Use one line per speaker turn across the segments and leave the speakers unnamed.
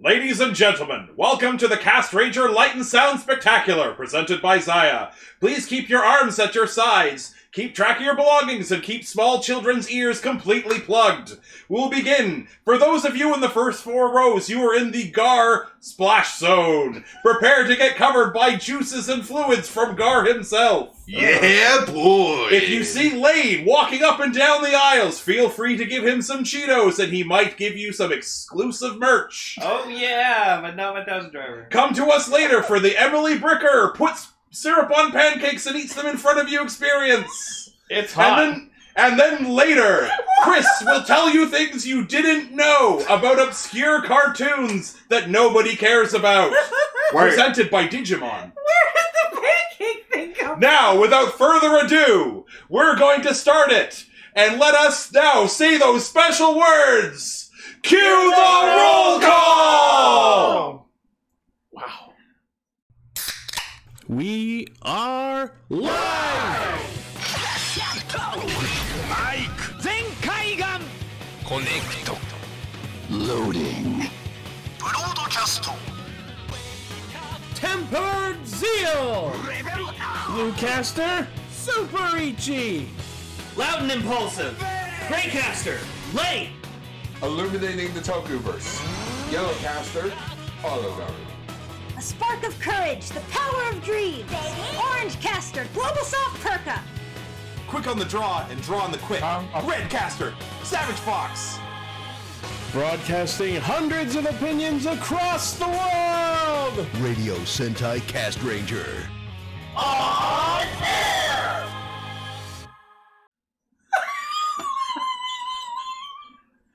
Ladies and gentlemen, welcome to the Cast Ranger Light and Sound Spectacular, presented by Zaya. Please keep your arms at your sides, keep track of your belongings, and keep small children's ears completely plugged. We'll begin. For those of you in the first four rows, you are in the Gar Splash Zone. Prepare to get covered by juices and fluids from Gar himself.
Yeah, boy.
If you see Lane walking up and down the aisles, feel free to give him some Cheetos and he might give you some exclusive merch.
Oh yeah, but not my Thousand Driver.
Come to us later for the Emily Bricker puts syrup on pancakes and eats them in front of you experience.
It's
And then and then later, Chris will tell you things you didn't know about obscure cartoons that nobody cares about. Presented by Digimon.
the pancake thing come?
Now, without further ado, we're going to start it. And let us now say those special words. Cue the roll call!
We are live! Tempered Zeal! Bluecaster, Super Ichi!
Loud and impulsive. Greycaster. Late.
Illuminating the Tokuverse. Yellowcaster, Autoguard.
A spark of courage, the power of dreams. Orange caster, global soft perka.
Quick on the draw and draw on the quick. Red caster, Savage Fox.
Broadcasting hundreds of opinions across the world!
Radio Sentai Cast Ranger.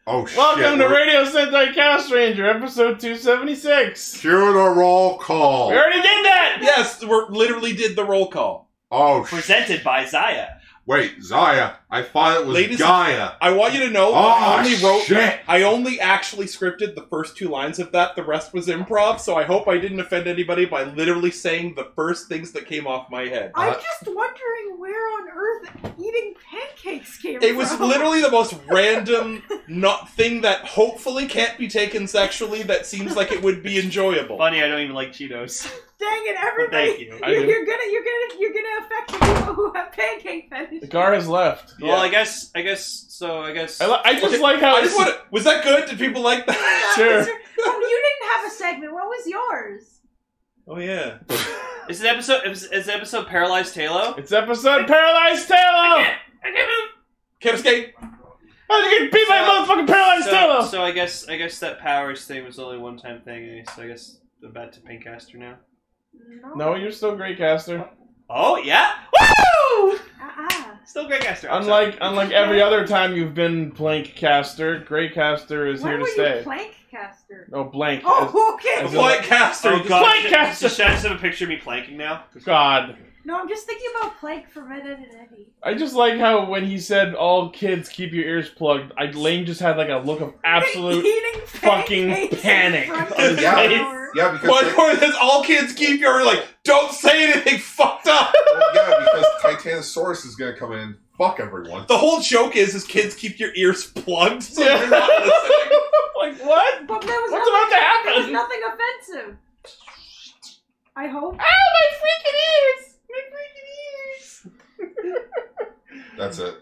Oh shit.
Welcome to
we're-
Radio Sentai Cast Ranger, episode 276.
Cue the roll call.
Oh.
We already did that!
Yes, we are literally did the roll call.
Oh shit.
Presented by Zaya.
Wait, Zaya. I thought it was
Ladies-
Gaia.
I want you to know
Oh,
I only wrote
shit.
I only actually scripted the first two lines of that. The rest was improv, so I hope I didn't offend anybody by literally saying the first things that came off my head.
Uh,
I'm just wondering where on earth eating pancakes came
It was literally the most random not thing that hopefully can't be taken sexually that seems like it would be enjoyable.
Funny, I don't even like Cheetos.
Dang it,
But
everybody!
thank you.
I do.
You're gonna, you're gonna, you're gonna affect the people who have pancake
The
fetish.
car has left.
Yeah.
Well, I guess. I guess. So I guess.
I, li- I just
Okay,
like how
I
it's
just want to, was that good? Did people like that?
Sure.
Oh, you didn't have a segment. What was yours?
Oh yeah.
is it episode? Is, is the episode Paralyzed Talo?
It's episode Paralyzed Taylor!
Can't escape.
I'm gonna beat my motherfucking Paralyzed
So,
Taylor!
so I guess. I guess that powers thing was only one time thing. eh? So I guess I'm back to Pinkcaster now.
No, you're still Greycaster.
Oh yeah. Woo!
Uh-uh.
Still Greycaster. I'm sorry.
Unlike unlike every other time you've been Plankcaster, Caster, Greycaster is
Why
here to
were
stay.
you plank caster?
no, Blank. is-
Oh, okay.
As-
White caster.
Oh god. Should,
Plankcaster!
should I just have a picture of me planking now?
God.
No, I'm just thinking about plank for Red and Eddie.
I just like how when he said all kids keep your ears plugged, I, Lane just had like a look of absolute
Eating
fucking
pancakes in
panic
front
on
of
his
the
face.
door.
Yeah, because
One
they-
more says all kids keep your like. Don't say anything fucked up.
well, yeah, because Titanosaurus is gonna come in and fuck everyone.
The whole joke is is kids keep your ears plugged so you're not listening.
like what?
But there was
What's about
nothing-
to happen?
There was nothing offensive. I hope.
That's it.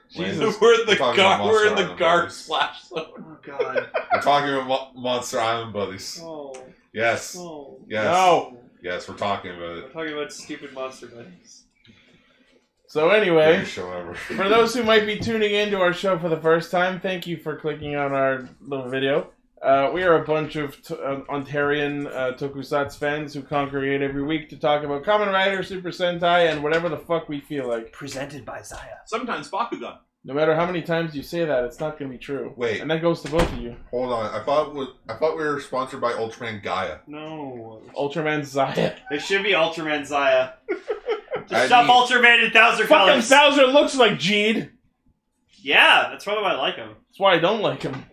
Jesus.
We're in the
We're talking
gar.
about
We're in
Monster
the
Island
gar
movies.
slash zone.
Oh god.
We're talking about Mo- Monster Island buddies.
Oh.
Yes.
Oh.
Yes.
No.
Yes, we're talking about
We're
it.
talking about stupid monster buddies.
So anyway,
Greatest show ever.
for those who might be tuning into our show for the first time, thank you for clicking on our little video. Uh, we are a bunch of t- uh, Ontarian uh, tokusatsu fans who congregate every week to talk about Kamen Rider, Super Sentai, and whatever the fuck we feel like.
Presented by Zaya.
Sometimes Bakugan.
No matter how many times you say that, it's not going to be true.
Wait.
and that goes to both of you.
Hold on. I thought we- I thought we were sponsored by Ultraman Gaia.
No.
Oh.
Ultraman Zaya.
It should be Ultraman Zaya. Just
I
shove
mean-
Ultraman in Thousand
Fucking
Colors.
Bowser looks like Gene.
yeah, that's probably why I like him.
That's why I don't like him.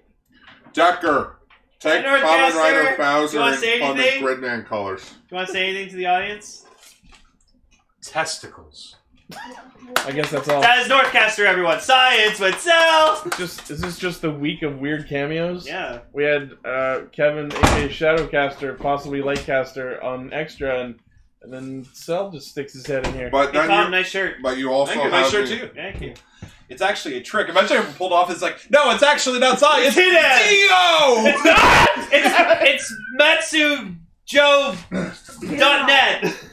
Decker, take
Hey,
Common
Nerdcaster.
Rider Bowser
You wanna
and
say
Common
anything?
Gridman colors.
Do you want to say anything to the audience?
testicles.
I guess that's all.
That is Northcaster, everyone. Science would sell.
Just is this just the week of weird cameos?
Yeah.
We had uh, Kevin, aka Shadowcaster, possibly Lightcaster on extra, and, and then Cell just sticks his head in here.
But
Hey, Tom,
then you,
nice shirt.
but you also
Thank you.
have
Nice shirt
the-
too.
Thank you.
It's actually a trick. Imagine if it pulled off. It's like, no, it's actually not science.
It is.
Dio.
It's not. It's it's Matsu Joe dot net.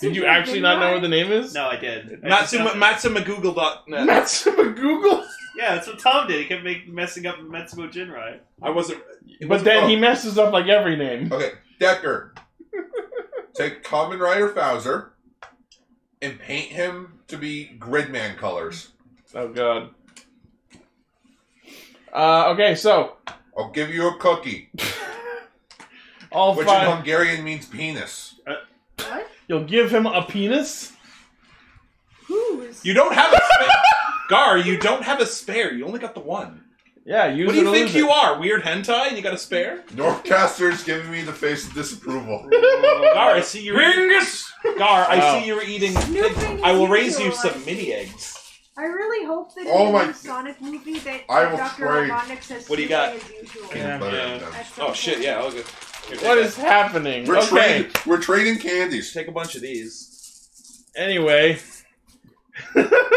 Did you actually not know what the name is?
No, I did. I
Matsu
just-
Matsumagoogledot net.
Matsuma Google.
Yeah, that's what Tom did. He kept make, messing up Matsumo Jinrai.
I wasn't. it
But
wasn't-
then he messes up like every name.
Okay, Decker. Take Common Rider Fowser and paint him to be Gridman colors.
Oh god. Uh, okay, so
I'll give you a cookie,
all
which in
five.
Hungarian means penis.
You'll give him a penis.
Who's?
You don't have a spare. Gar, you don't have a spare. You only got the one.
Yeah, use
what do
it
you
or
think
lose
you
it.
are? Weird hentai and you got a spare?
Northcaster's giving me the face of disapproval.
Gar, I see you. Gar, I
Wow.
see you're eating.
New thing
I will
is
raise you
yours.
some mini eggs.
I really hope that
Oh
in
my-
the new Sonic movie that
I will
Dr.
pray.
Robotnik says
What do you
"Tuesday as usual."
Peanut butter and them.
At some
Oh shit!
point.
Yeah, I'll go. Here,
What
take
is
a-
happening?
We're,
okay.
trading, we're trading candies.
Take a bunch of these.
Anyway.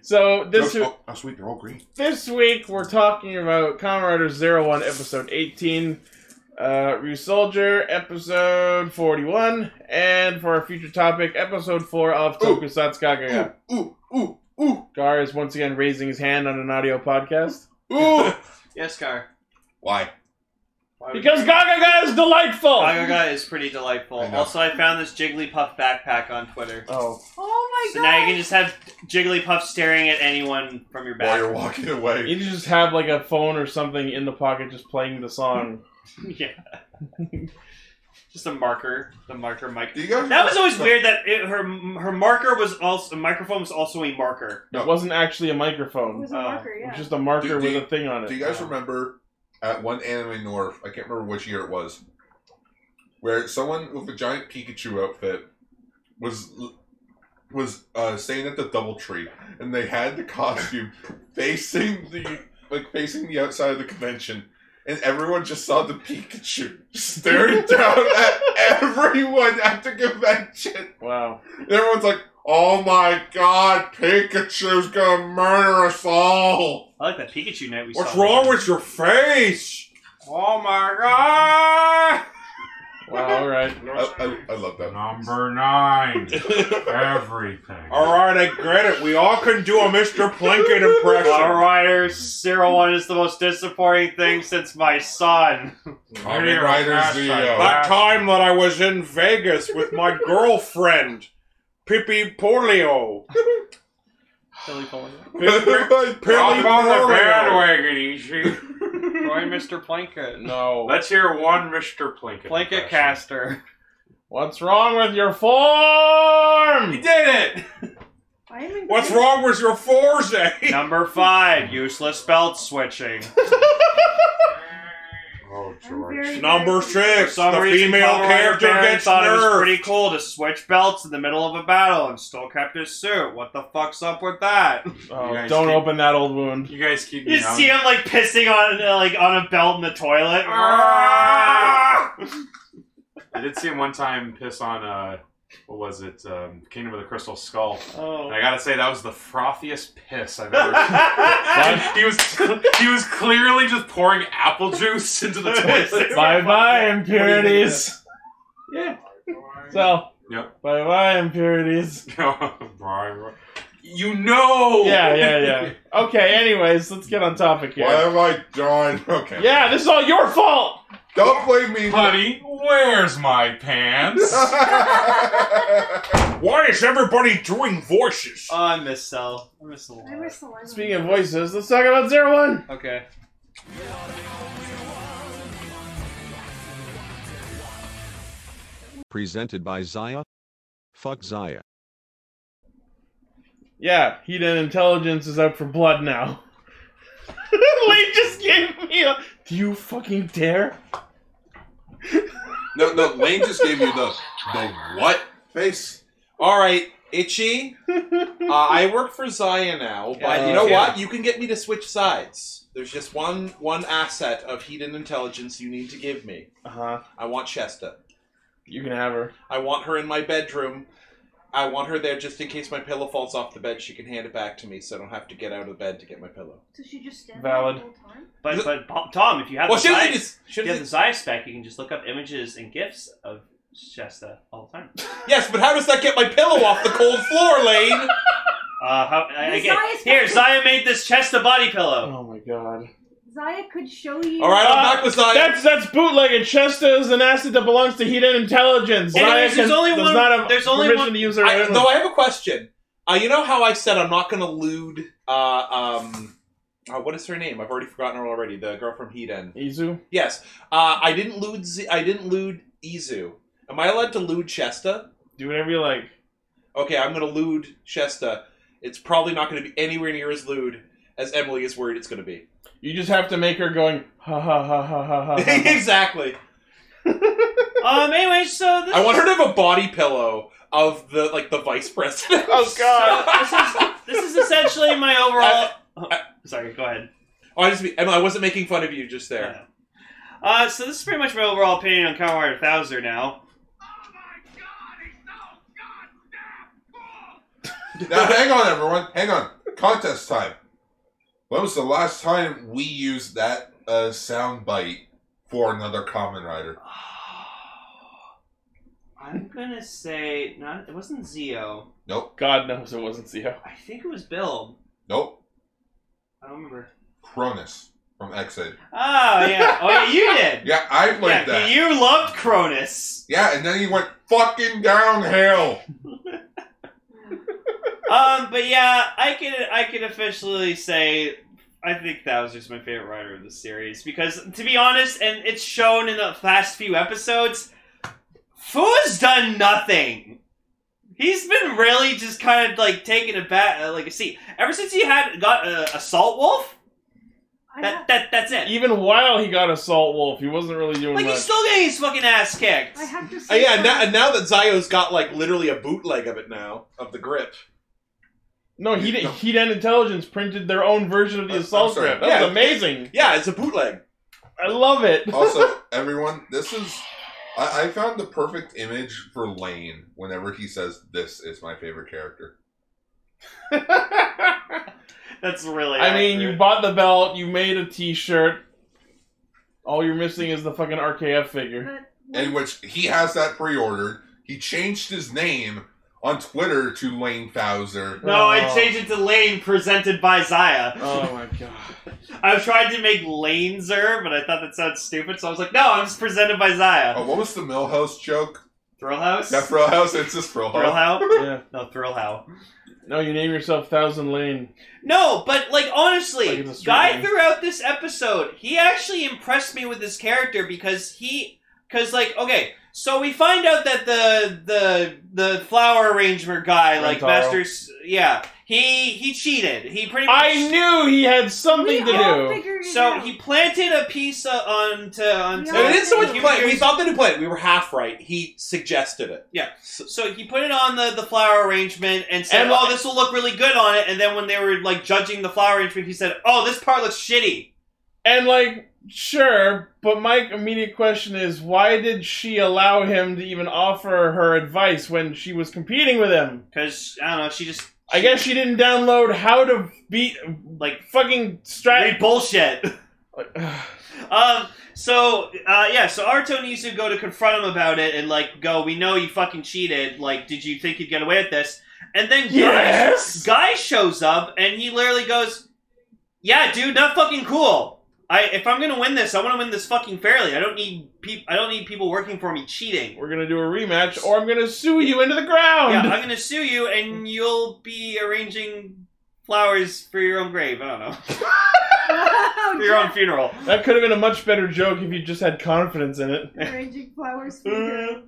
so this
oh, oh, sweet, they're all green.
this week we're talking about Kamen Rider Zero One episode eighteen, uh, Rue Soldier episode forty one, and for our future topic episode four of
Ooh.
Tokusatsu Kagaya.
Ooh, ooh, ooh,
Gar is once again raising his hand on an audio podcast
ooh.
Yes, Gar.
Why?
Why would
because
you-
Gagaga is delightful.
Gagaga is pretty delightful.
I know.
also, I found this Jigglypuff backpack on Twitter.
Oh,
Oh my
so
god.
now you can just have Jigglypuff staring at anyone from your
While
back.
you're walking away.
you just have like a phone or something in the pocket, just playing the song.
yeah. just a marker. The marker mic.
Do you guys
That was always weird that it, her her marker was also, microphone was also a marker.
No.
It wasn't actually a
It
microphone.
was a
Oh,
marker,
It
yeah.
was Uh, just a marker
Do- do
with
you-
a thing on it.
Do you guys remember at one anime north? I can't remember which year it was, where someone with a giant Pikachu outfit was was uh, staying at the DoubleTree, and they had the costume facing the like facing the outside of the convention. And everyone just saw the Pikachu staring down at everyone at the convention.
Wow.
And everyone's like, "Oh my God, Pikachu's gonna murder us all!"
I like that Pikachu night we
What's
saw.
wrong with your face?
Oh my god!
Wow. All right.
I, I, I love that.
Number nine.
All
Everything.
right, I get it. We all can do a Mr. Plinkett
All
impression.
Rider Zero One is the most disappointing thing since my son.
Kamen Rider Zeo.
That time that I was in Vegas with my girlfriend, Pippi Polio.
Billy Pulling.
Pippi
Hop on the
Polio.
bandwagon, easy.
Join Mr. Plinkett.
No.
Let's hear one Mr. Plinkett.
Plinkett
impression.
caster.
What's wrong with your form?
did it!
I am in
What's
grade-
wrong with your forze?
Number five, useless belt switching.
Oh,
I'm very
George.
Number
For
six,
some
the
reason,
female
Kamen Rider
character
Baron
gets
thought it was
nerfed.
pretty cool to switch belts in the middle of a battle and still kept his suit. What the fuck's up with that?
Oh,
You guys
don't
keep-
open that old wound.
You guys keep me
You see
young.
him like pissing on uh, like on a belt in the toilet.
Ah!
I did see him one time piss on, uh, what was it? Um, Kingdom of the Crystal Skull.
Oh.
And I gotta say, that was the frothiest piss I've ever He was he was clearly just pouring apple juice into the toilet.
Bye bye impurities.
Yeah.
So.
Yep.
Bye bye impurities.
you know.
Yeah, yeah, yeah. Okay. Anyways, let's get on topic
Why
here.
am I drawing? Okay.
Yeah, this is all your fault.
Don't blame me.
Honey, where's my pants?
Why is everybody doing voices?
Uh,
Oh, I miss Cell. I miss a lot.
I miss the line.
Speaking of voices, let's talk about Zero One.
Okay.
presented by Zaya. Fuck Zaya.
Yeah, heat and intelligence is out for blood now. Lee just gave me a. Do you fucking dare?
no, no. Lane just gave you the the what face.
All right, Itchy, uh, I work for Zaya now, but
Yeah, I
you
do
know
too.
what? You can get me to switch sides. There's just one one asset of heat and intelligence you need to give me.
Uh huh.
I want Shesta.
You can have her.
I want her in my bedroom. I want her there just in case my pillow falls off the bed. She can hand it back to me, so I don't have to get out of the bed to get my pillow.
So she just stands
Valid.
the whole time?
But but Pa- Tom, if you have
Well,
the
shouldn't
Zai-
they just-
if you have the Zai spec, you can just look up images and gifs of Shasta all the time.
Yes, but how does that get my pillow off the cold floor, Lane?
Uh, how, I, I
The
get,
Zai spec-
here, Zaya made this Shasta body pillow.
Oh my god.
Zaya could show you.
Uh, That's that's bootleg, and Chesta is an asset that belongs to Heat and Intelligence.
And
Zaya
there's- there's
can-
only
does
one-
Not have
there's only
permission
one-
to use her.
I,
item.
though I have a question. Uh, you know how I said I'm not going to lewd. Uh, um, uh, what is her name? I've already forgotten her already. The girl from Hiden.
Izu.
Yes. Uh, I didn't lewd. Z- I didn't lewd Izu. Am I allowed to lewd Shesta?
Do whatever you like.
Okay, I'm going to lewd Shesta. It's probably not going to be anywhere near as lewd as Emily is worried it's going to be.
You just have to make her going ha ha ha ha ha ha. ha.
exactly.
um. Anyway, so this
I want her to have a body pillow of the like the vice president.
Oh
God. this is essentially my overall. sorry, go ahead.
Oh, I just Emma, I wasn't making fun of you just there.
Uh, so this is pretty much my overall opinion on Cowhard Thouser now.
Now, hang on, everyone. Hang on. Contest time. When was the last time we used that uh, sound bite for another common rider?
I'm gonna say not. It wasn't Zio.
Nope.
God knows it wasn't Zio.
I think it was Bill.
Nope.
I don't remember.
Cronus from Exit.
Oh yeah. Oh yeah. You did.
Yeah, I played
Yeah,
that.
You loved Cronus.
Yeah, and then he went fucking downhill.
Um. But yeah, I can I can officially say I think Thouser's my favorite writer of the series because to be honest, and it's shown in the last few episodes, Fu's done nothing. He's been really just kind of like taking a bat, uh, like a seat ever since he had got uh, a salt wolf. That, that that's it.
Even while he got Assault Wolf, he wasn't really doing
Like
much.
he's still getting his fucking ass kicked.
I have to
Uh,
say.
yeah, now,
something.
and now that Zio's got like literally a bootleg of it now of the grip.
no, he did, Heat and Intelligence printed their own version of the Assault
sorry.
Grip. That's
Yeah.
amazing.
Yeah, it's a bootleg.
I love it.
also, everyone, this is. I, I found the perfect image for Lane whenever he says, This is my favorite character.
That's really.
I mean, you bought the belt, you made a T-shirt. All you're missing is the fucking RKF figure.
In which he has that pre ordered. He changed his name on Twitter to Lane Thouser.
No, I changed it to Lane presented by Zaya.
Oh my god.
I tried to make Lanezer, but I thought that sounds stupid, so I was like, no, I'm just presented by Zaya.
Oh, what was the Millhouse joke?
Thrill House?
That Thrill House? It's just Thrill
Thrill
House.
How?
yeah.
No, Thrill How.
No, you name yourself Thousand Lane.
No, but like
Like
honestly,
in the street
guy
name.
throughout this episode, he actually impressed me with his character because he, because like okay, so we find out that the the the flower arrangement guy, like
Rentaro.
Masters, yeah, he he cheated. He pretty much.
I knew he had something
we
to
all
do.
figured it
So
out.
he planted a piece of, onto onto.
No,
it isn't so much
he-
planned. We thought that he planned. it. We were half right. He suggested it.
Yeah. So he put it on the, the flower arrangement and said,
And-
"Oh, this will look really good on it." And then when they were like judging the flower arrangement, he said, "Oh, this part looks shitty."
And like, sure, but my immediate question is, why did she allow him to even offer her advice when she was competing with him?
Because I don't know, she just
I guess she didn't download how to beat
like
fucking
read
strat.
bullshit.
Like,
um. So uh, yeah. So Arto and Izu go to confront him about it and like go, "We know you fucking cheated. Like, did you think you'd get away with this?" And then Guy-
Yes!
guy shows up and he literally goes, "Yeah, dude, not fucking cool. I if I'm gonna win this, I want to win this fucking fairly. I don't need peop I don't need people working for me cheating.
We're gonna do a rematch, or I'm gonna sue you into the ground.
Yeah, I'm gonna sue you, and you'll be arranging flowers for your own grave. I don't know.
Wow,
your own funeral.
That could have been a much better joke if you just had confidence in it.
Arranging flowers for you.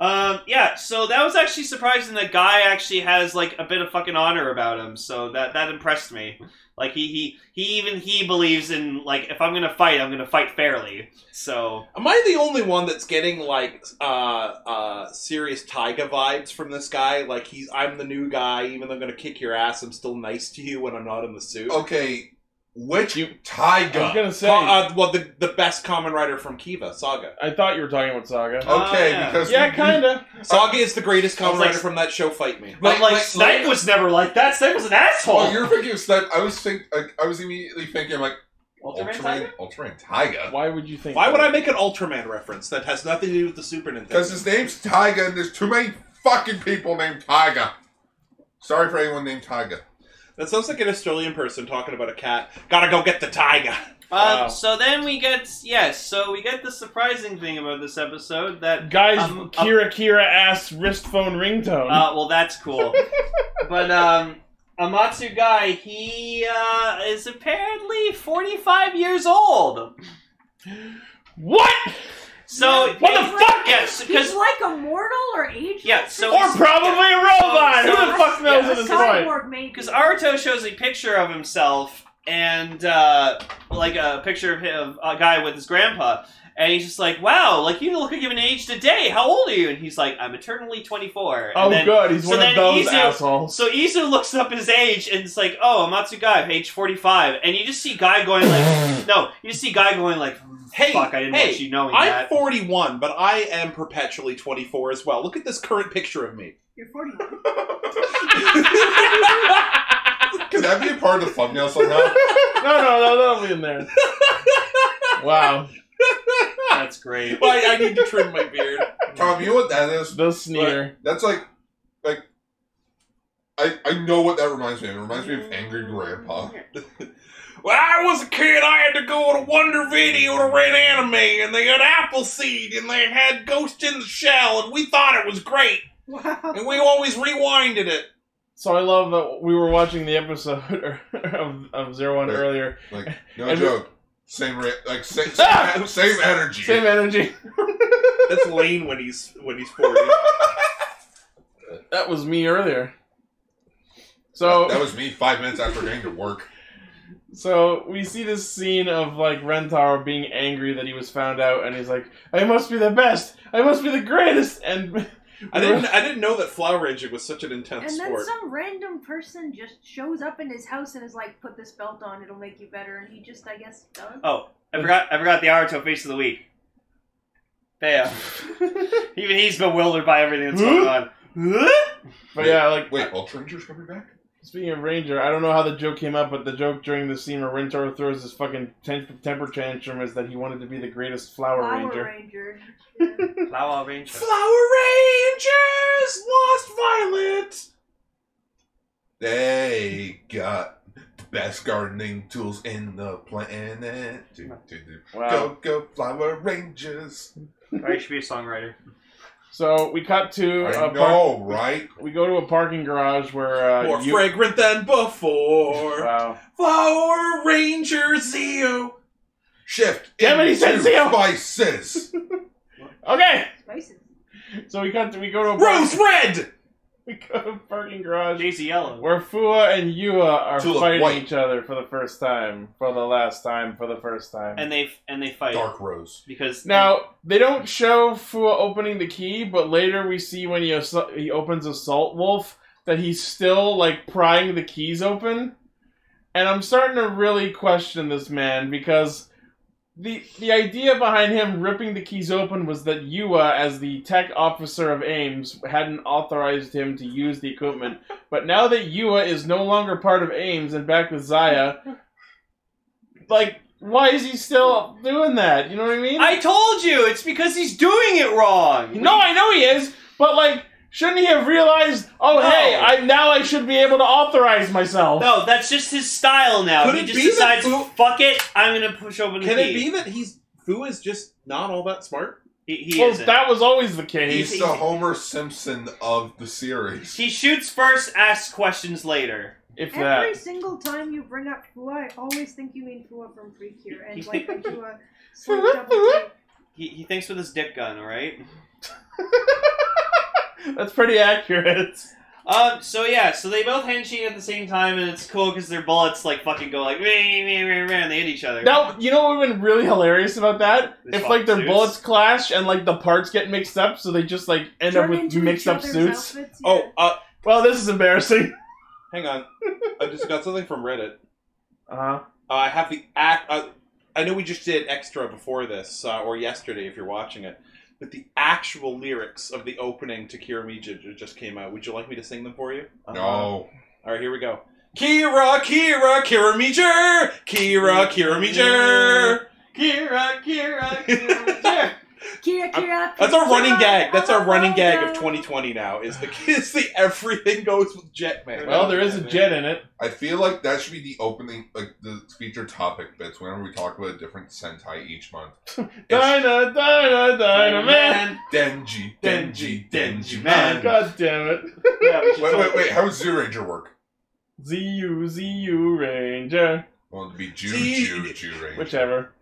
Mm.
Um, yeah, so that was actually surprising. The guy actually has like a bit of fucking honor about him, so that that impressed me. Like he he he even he believes in like if I'm gonna fight, I'm gonna fight fairly. So
Am I the only one that's getting like uh uh serious Tyga vibes from this guy? Like he's I'm the new guy, even though I'm gonna kick your ass, I'm still nice to you when I'm not in the suit.
Okay, which Tyga?
I was gonna say-
uh, well, the the best common writer from Kiva, Saga.
I thought you were talking about Saga.
uh,
Okay, Oh, yeah. because
Ah, yeah,
we-
kinda.
Saga is the greatest common
I was like-
writer from that show. Fight me.
But like, Snipe was never like that. Snipe was an asshole.
Oh, you're thinking of Snipe. I was think like, I was immediately thinking like
Ultraman
Ultraman, Ultraman Tyga.
Why would you think?
Why would I make an Ultraman reference that has nothing to do with the Super Nintendo?
Because his name's Tyga, and there's too many fucking people named Tyga. Sorry for anyone named Tyga.
That sounds like an Australian person talking about a cat. Gotta go get the tiger.
Um, So then we get yes. So we get the surprising thing about this episode that
Guys,
um, a-
Kira Kira ass wrist phone ringtone.
Uh, well, that's cool. but um, Amatsu guy, he uh, is apparently forty-five years old.
What?
So what the fuck? Yes,
He's
because
like a mortal or ageless.
yeah. So
Or probably a robot. Who the fuck knows
at this point? Cyborg, maybe.
Because Aruto shows a picture of himself and uh, like a picture of, him, of a guy with his grandpa. And he's just like, "Wow, like you look like you've been aged a day. How old are you?" And he's like, "I'm eternally 24." And
Oh, good, he's one of
then
those assholes.
So Izu looks up his age and it's like, "Oh, Amatsu Guy, age 45." And you just see Guy going like, "No," you just see Guy going like,
Hey,
fuck, I didn't
hey,
want you knowing
I'm
that."
41, but I am perpetually 24 as well. Look at this current picture of me.
You're 41.
Could that be a part of the thumbnail somehow?
no, no, no, that'll be in there. Wow.
That's great.
Why I need to trim my beard.
Tom, you know what that is?
The sneer.
That's like, like, I I know what that reminds me of. It reminds me of Angry Grandpa.
When I was a kid, I had to go to Wonder Video to rent anime, and they had Appleseed, and they had Ghost in the Shell, and we thought it was great. And we always rewinded it.
So I love that we were watching the episode of, of Zero One earlier.
Like, no
And- Ah!
joke. Same ra- like same same, same energy.
Same e- energy.
That's Lane when he's when he's 40.
That was me earlier. So
That was me five minutes after getting to work.
So we see this scene of like Rentar being angry that he was found out, and he's like, "I must be the best. I must be the greatest." And
I didn't I didn't know that flower ranging was such an intense
And then
sport.
some random person just shows up in his house and is like, "Put this belt on; it'll make you better." And he just, I guess, does.
Oh, I forgot. I forgot the Aruto face of the week. Bam. Even he's bewildered by everything that's going on.
But yeah, like
wait, Ultra Ranger's coming back.
Speaking of Ranger, I don't know how the joke came up, but the joke during the scene where Rentar throws his fucking ten- temper tantrum is that he wanted to be the greatest Flower, Ranger.
Ranger.
Flower Ranger.
Flower Rangers lost Violet.
They got the best gardening tools in the planet. Do, do, do.
Wow.
Go go flower rangers.
Or you should be a songwriter.
So we cut to
I
a
know, right?
We go to a parking garage where uh,
More
Yu-
fragrant than before.
Wow.
Flower Ranger Zeo.
Shift.
Damn it, he said
into
Zeo.
Spices.
Okay.
Spices.
So we cut to, we go to a
Rose Red.
We go to a parking garage
Daisy Yellow.
where Fua and Yua are
Tulip
fighting
White.
each other for the first time, for the last time, for the first time.
And they and they fight
Dark rose.
because
Now they don't show Fua opening the key, but later we see when he assault, he opens Assault Wolf that he's still like prying the keys open, and I'm starting to really question this man because the the idea behind him ripping the keys open was that Yua, as the tech officer of Ames, hadn't authorized him to use the equipment. But now that Yua is no longer part of Ames and back with Zaya, like. Why is he still doing that? You know what I mean?
I told you it's because he's doing it wrong.
No, I know he is, but like, shouldn't he have realized? Oh,
No.
hey, I now I should be able to authorize myself.
No, that's just his style now.
Could
he
it
just
be that
decides,
Fu-
fuck it, I'm gonna push open the
Can
key.
it be that he's Fu is just not all that smart?
He, he
well,
isn't.
that was always the
He's,
case.
the Homer Simpson of the series.
He shoots first, asks questions later.
if
Every
that.
single time you bring up Fua, I always think you mean Fua from Precure, and
You
like
think-
Fua slept up with
He, he thinks with his dick gun, all right?
That's pretty accurate.
Um, so yeah, so they both handshake at the same time, and it's cool because their bullets like fucking go like meh, meh, meh, meh, and they hit each other.
Now you know what would have been really hilarious about that?
They
if
swap
like their
suits?
bullets clash and like the parts get mixed up, so they just like end up with mixed up suits.
Oh, uh,
well, this is embarrassing.
Hang on, I just got something from Reddit.
Uh
Uh-huh.
huh.
Uh, I have the act. Uh, I know we just did extra before this, uh, or yesterday if you're watching it, but the actual lyrics of the opening to Kira Mija ju- just came out. Would you like me to sing them for you?
No.
All right, here we go. Kira, Kira, Kira Mija, Kira, Kira Mija.
Kira, Kira, Kira, Kira.
Kira, Kira.
That's our running gag. That's our running gag of 2020 now. Is the is the everything goes with Jetman.
Well, there is a jet in it.
I feel like that should be the opening, like the feature topic bits whenever we talk about a different Sentai each month.
Dyna, Dyna, Dyna Man.
Denji, Denji, Denji Man.
God damn it.
Wait, wait, wait. How does Zoo Ranger work?
ZU, ZU Ranger.
I want it to be Jew, Jew, Jew Ranger.
Whichever.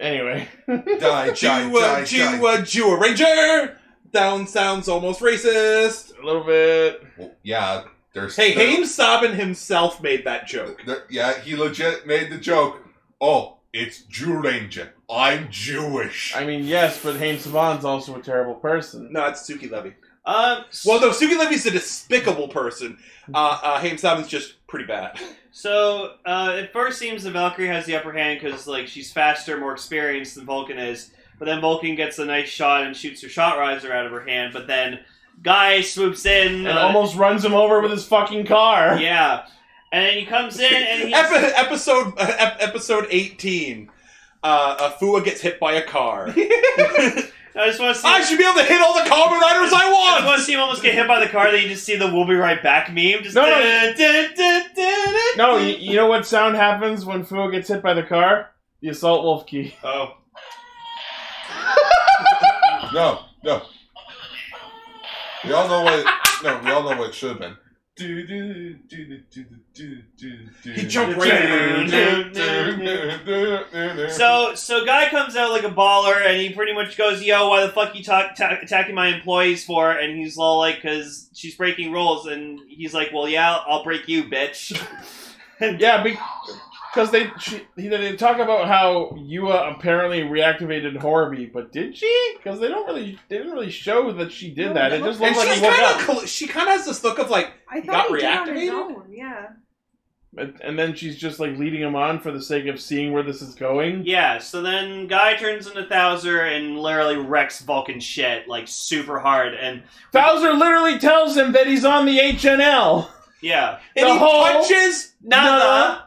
Anyway.
Die, die, die,
Jua,
die.
Jua, Jua Ranger. Down sounds almost racist.
A little bit.
Well, yeah, there's.
Hey,
there-
Haim Sabin himself made that joke.
there- yeah, he legit made the joke. Oh, it's Jew Ranger. I'm Jewish.
I mean, yes, but Haim Saban's also a terrible person.
No, it's Suki Levy.
Um,
Well, no, Suki Levy's a despicable person. Uh, uh, Haim Sabin's just pretty bad.
So uh, it first seems that Valkyrie has the upper hand because like she's faster, more experienced than Vulcan is. But then Vulcan gets a nice shot and shoots her shot riser out of her hand. But then Guy swoops in
And
uh,
almost runs him over with his fucking car.
Yeah, and then he comes in and he
Epi- episode uh, ep- episode eighteen. Uh, uh, Fua gets hit by a car.
I just want to see.
I should be able to hit all the Kamen Riders I
I just
want.
want to see him almost get hit by the car. Then you just see the "We'll be right back" meme. Just
No, no.
dun, dun, dun, dun, dun.
No, you, you know what sound happens when Fuo gets hit by the car? The assault wolf key.
Oh,
No, no. We all know what. It, no, we all know what it should have been. Do, do, do, do, do, do, do, do.
He jumped right
Do, do, do, do, do, do.
So, so guy comes out like a baller, and he pretty much goes, "Yo, why the fuck you talk, ta attacking my employees for?" And he's all like, "Cause she's breaking rules," and he's like, "Well, yeah, I'll break you, bitch."
Yeah, because they she, he- they talk about how Yua apparently reactivated Horby, but did she? Because they don't really they didn't really show that she did that. It just
And
looked like
she's
he woke
kind
up,
of cl- she kind of has this look of like
I
He got
thought he did on his
reactivated?
own. Yeah.
and, and then she's just like leading him on for the sake of seeing where this is going.
yeah. So then guy turns into Thouser and literally wrecks Vulcan shit like super hard, and
Bowser literally tells him that he's on the HNL
yeah,
and
The
he
whole-
punches
nada.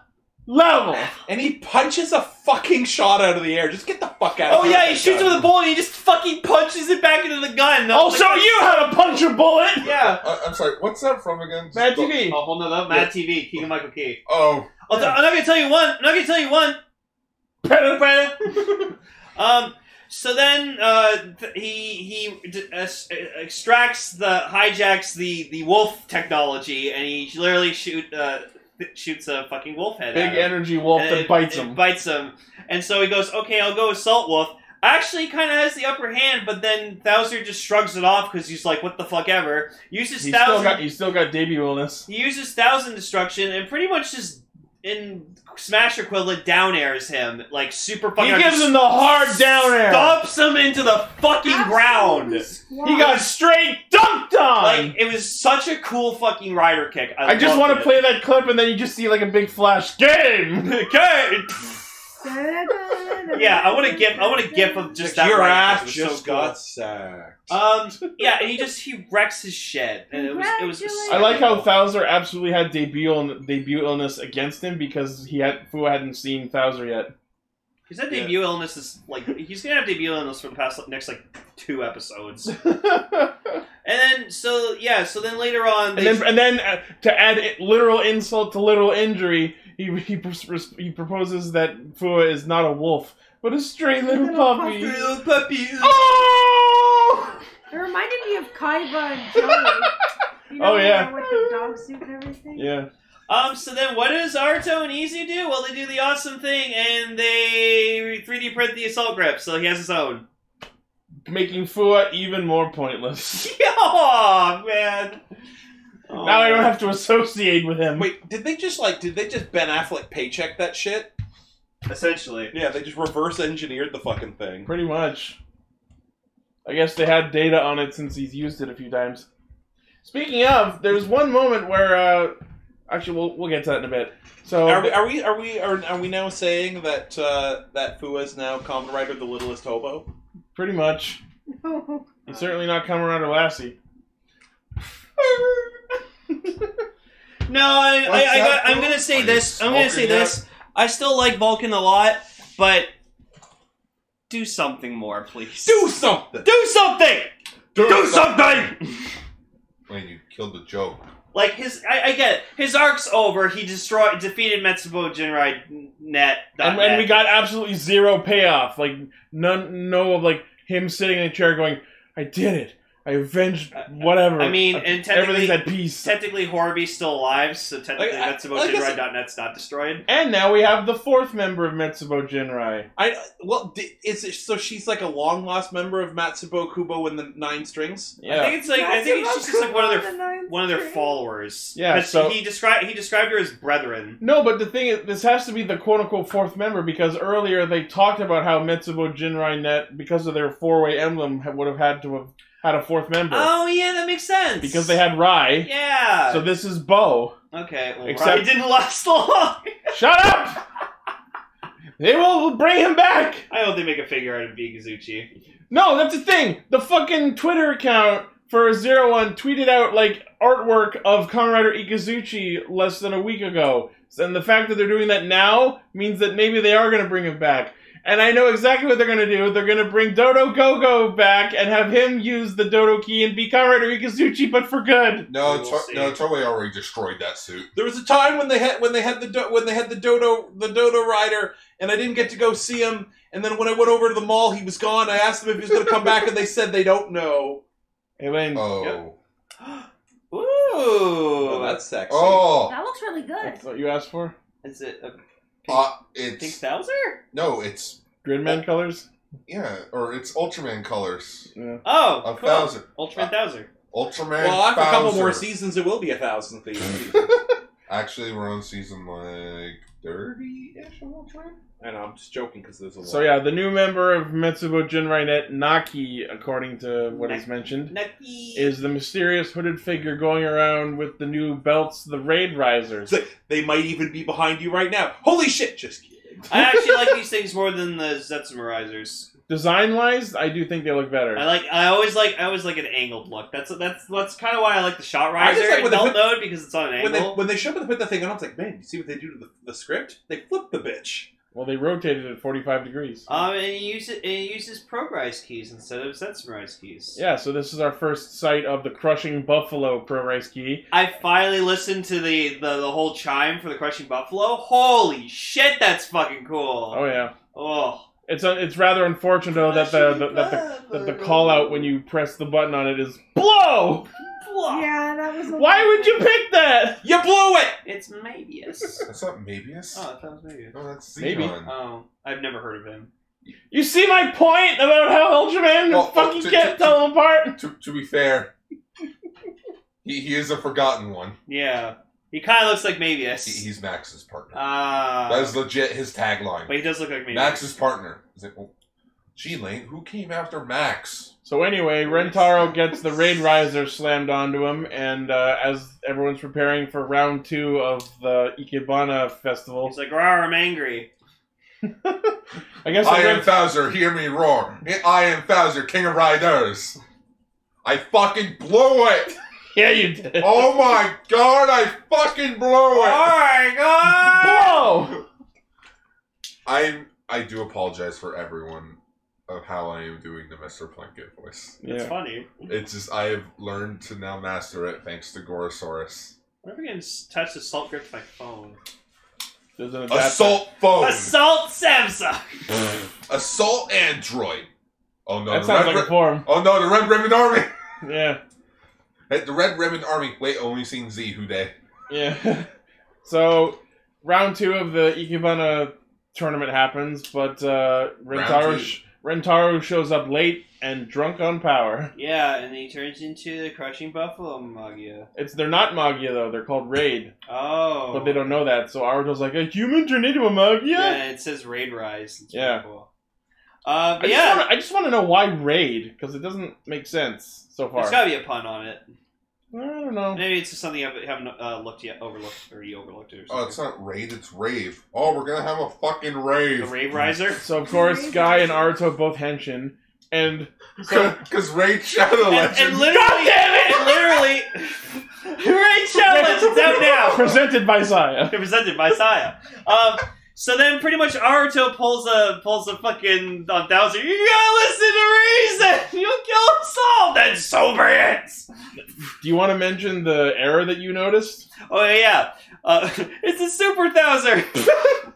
level.
and he punches a fucking shot out of the air. Just get the fuck out.
Oh
of here
yeah, he shoots it
gun.
with a bullet. And he just fucking punches it back into the gun. I
I'll
was
show
like,
you how to punch a bullet.
Yeah,
I, Uh, I'm sorry. What's that from again? Just
Mad
go-
TV.
a whole nother Mad TV, King of Michael Key.
Oh,
I'll t- I'm not gonna tell you one. I'm not gonna tell you one. Brother, brother. um. So then uh, th- he he d- es- uh, extracts the hijacks the the wolf technology and he literally shoot uh, shoots a fucking wolf head.
Big
at him.
energy wolf
And
that
it-
bites
it
him.
bites him. And so he goes, okay, I'll go assault wolf. Actually, kind of has the upper hand, but then Thouser just shrugs it off because he's like, what the fuck ever. Uses
He's still
Thouser.
got he's still got Davy illness.
He uses thousand destruction and pretty much just in Smash equivalent down airs him like super
He
fucking.
gives him the hard down air.
Stomps him into the fucking
Absolutely
ground.
squat.
He got straight dunked on.
Like it was such a cool fucking rider kick. I,
I, just want
want
to play that clip, and then you just see like a big flash game.
Okay.
Da-da-da-da-da.
Yeah, I want to gif. I want to gif of just that.
your
rider kick.
ass
It was so
just
cool.
got sacked.
Um. Yeah, and he just he wrecks his shit, and it was it was.
Congratulations.
I like how Thouser absolutely had debut on debut illness against him because he had Fu hadn't seen Thouser yet.
Because that debut illness is like he's gonna have debut illness for the past like, next like two episodes, and then so yeah, so then later on,
And
they,
then, and then uh, to add i- literal insult to literal injury, he he, pres- pres- he proposes that Fu is not a wolf but a stray little
Little
puppy.
puppy.
little puppy.
Oh!
It reminded me of Kaiba and Joey. You know,
Oh, yeah.
the guy With the dog suit and everything.
Yeah.
Um, so then what does Arto and Easy do? Well, they do the awesome thing and they 3D print the assault grip, so he has his own.
Making Fua even more pointless.
oh, man.
Now I don't have to associate with him.
Wait, did they just like? Did they just Ben Affleck paycheck that shit?
Essentially.
Yeah, they just reverse engineered the fucking thing.
Pretty much. I guess they had data on it since he's used it a few times. Speaking of, there was one moment where, uh, actually, we'll, we'll get to that in a bit. So
Are we? Are we? Are we? Are, are we now saying that uh, that Fua is now Common Rider, the littlest hobo?
pretty much, he's certainly not coming around to Lassie.
No, I, I,
What's
I
up,
got, I'm
bro?
gonna say this. I'm
smoking
gonna say
yet?
this. I still like Vulcan a lot, but do something more, please.
Do something.
Do something. Do, something.
When you killed the joke.
Like his, I, I get it. His arc's over. He destroyed, defeated Metsubo Jinrai net. dot
And, and
net.
we got absolutely zero payoff. Like none, no, like him sitting in a chair going, "I did it. I avenged whatever."
Uh, I mean, and technically,
everything's at peace.
Technically, Horby's still alive, so technically,
Like, I-
Metsubo
like I
Jinrai
said-
dot net's not destroyed.
And now we have the fourth member of Metsubo Jinrai.
I well, di- is it, so she's like a long lost member of Matsubo Kubo and the Nine Strings.
Yeah.
I think it's like I think she's just like one of their one of their followers.
Yeah,
'Cause
so-
he described he described her as brethren.
No, but the thing is, this has to be the quote unquote fourth member because earlier they talked about how Metsubo Jinrai Net, because of their four way emblem, ha- would have had to have had a fourth member.
Oh yeah, that makes sense.
Because they had Rai.
Yeah.
So this is Bo.
okay, well,
Except-
Rai didn't last long.
Shut up! they will bring him back!
I hope they make a figure out of Bigazuchi.
No, that's the thing! The fucking Twitter account for Zero One tweeted out, like, artwork of Kamen Rider Ikazuchi less than a week ago. And the fact that they're doing that now means that maybe they are gonna bring him back. And I know exactly what they're gonna do. They're gonna bring Dodo Gogo back and have him use the Dodo key and be Kamen Rider Ikazuchi, but for good.
No, Tor- no, Toei already destroyed that suit.
There was a time when they had when they had the do- when they had the dodo the dodo rider, and I didn't get to go see him. And then when I went over to the mall, he was gone. I asked them if he was going to come back, and they said they don't know.
Elaine.
Oh.
Ooh,
that's sexy.
Oh.
That looks really good.
what you asked for?
Is it a
Uh, it's
pink Bowser?
no, it's
Gridman colors.
Yeah, or it's Ultraman colors.
Yeah.
Oh,
a
cool.
thousand.
Ultraman Bowser.
Ultraman.
Well, after a couple
Bowser.
more seasons, it will be a thousand thieves.
Actually, we're on season like thirty ish of Ultraman.
I know, I'm just joking because there's a lot.
So yeah, the new member of Metsubo Jinrai Net, Naki, according to what is mentioned, is the mysterious hooded figure going around with the new belts, the Raid Risers.
They might even be behind you right now. Holy shit! Just kidding.
I actually like these things more than the Zetsumerizers.
Design wise, I do think they look better.
I like. I always like. I always like an angled look. That's that's that's kind of why I like the shot
I
riser
just like
and
when they
belt
put-
node because it's on an
When they,
angle.
when they showed me to put the thing on, I was like, man, you see what they do to the, the script? They flip the bitch.
well, they rotated it 45 degrees.
Um, and it uses it uses progrise keys instead of Zetsumerized keys.
yeah, so this is our first sight of the crushing buffalo pro race key.
I finally listened to the, the the whole chime for the crushing buffalo. Holy shit, that's fucking cool.
Oh yeah,
Oh,
it's un it's rather unfortunate though that the, the that the that the call out when you press the button on it is blow.
Yeah, that was.
Why would you pick that?
You blew it.
it's Mabius.
That's not
Uh,
Mabius.
oh, I thought it was Mabius.
No, that's
Maybe.
Xenon.
Oh, I've never heard of him.
You see my point about how Ultraman
Well,
fucking
to- to-
can't tell them apart?
To, to be fair, he, he is a forgotten one.
Yeah, he kind of looks like
He,
Mabius.
he's Max's partner.
Uh,
Ah,
that is legit his tagline.
but he does look like Mabius.
Max's partner. He's like, well, gee, Lane, who came after Max?
So anyway, Rentaro gets the raid riser slammed onto him, and uh, as everyone's preparing for round two of the Ikebana festival,
He's like, "Rawr, I'm angry."
I guess
I am
Ren-
Bowser, hear me roar. I am Bowser, King of Riders. I fucking blew it!
yeah, you did.
Oh my god, I fucking blew
Oh
it!
my god!
Whoa!
I'm I do apologize for everyone of how I am doing the Mr. Plunkett voice.
It's
Yeah.
funny.
It's just I have learned to now master it thanks to Gorosaurus.
Whenever you can s- touch the salt grip to my phone.
There's an adapter.
Assault phone!
Assault Samsa!
Assault android! Oh no,
That
the Red
sounds like a
Ribbon-
form.
Oh no, the Red Ribbon Army!
Yeah.
The Red Ribbon Army. Wait, only seen Z who day.
Yeah. so round two of the Ikebana tournament happens, but uh, Rentaro
Round two.
sh- Rentaro shows up late and drunk on power.
Yeah, and he turns into the crushing buffalo Magia.
It's they're not Magia though; they're called Raid,
Oh.
but they don't know that. So Aruto's like a human turned into a Magia.
Yeah, it says raid rise. It's
Yeah.
yeah. Cool. Uh,
I
but yeah,
Just wanna, I just want to know why raid because it doesn't make sense so far.
there's gotta be a pun on it.
I don't know.
Maybe it's just something you haven't- haven't uh, looked yet, overlooked, or you overlooked it. Or
Oh,
something.
it's not raid. It's rave. Oh, we're gonna have a fucking rave.
The rave riser?
So of course, Guy and Aruto both henshin, and so
because Raid Shadow
and, and literally, and literally, raid Shadow Legends out now.
presented by Saya.
presented by Saya. Um, so then, pretty much, Aruto pulls a pulls a fucking on Bowser. You gotta listen to reason. You'll kill us all. Then so be it.
Do you want to mention the error that you noticed?
Oh yeah, uh, it's a super Bowser.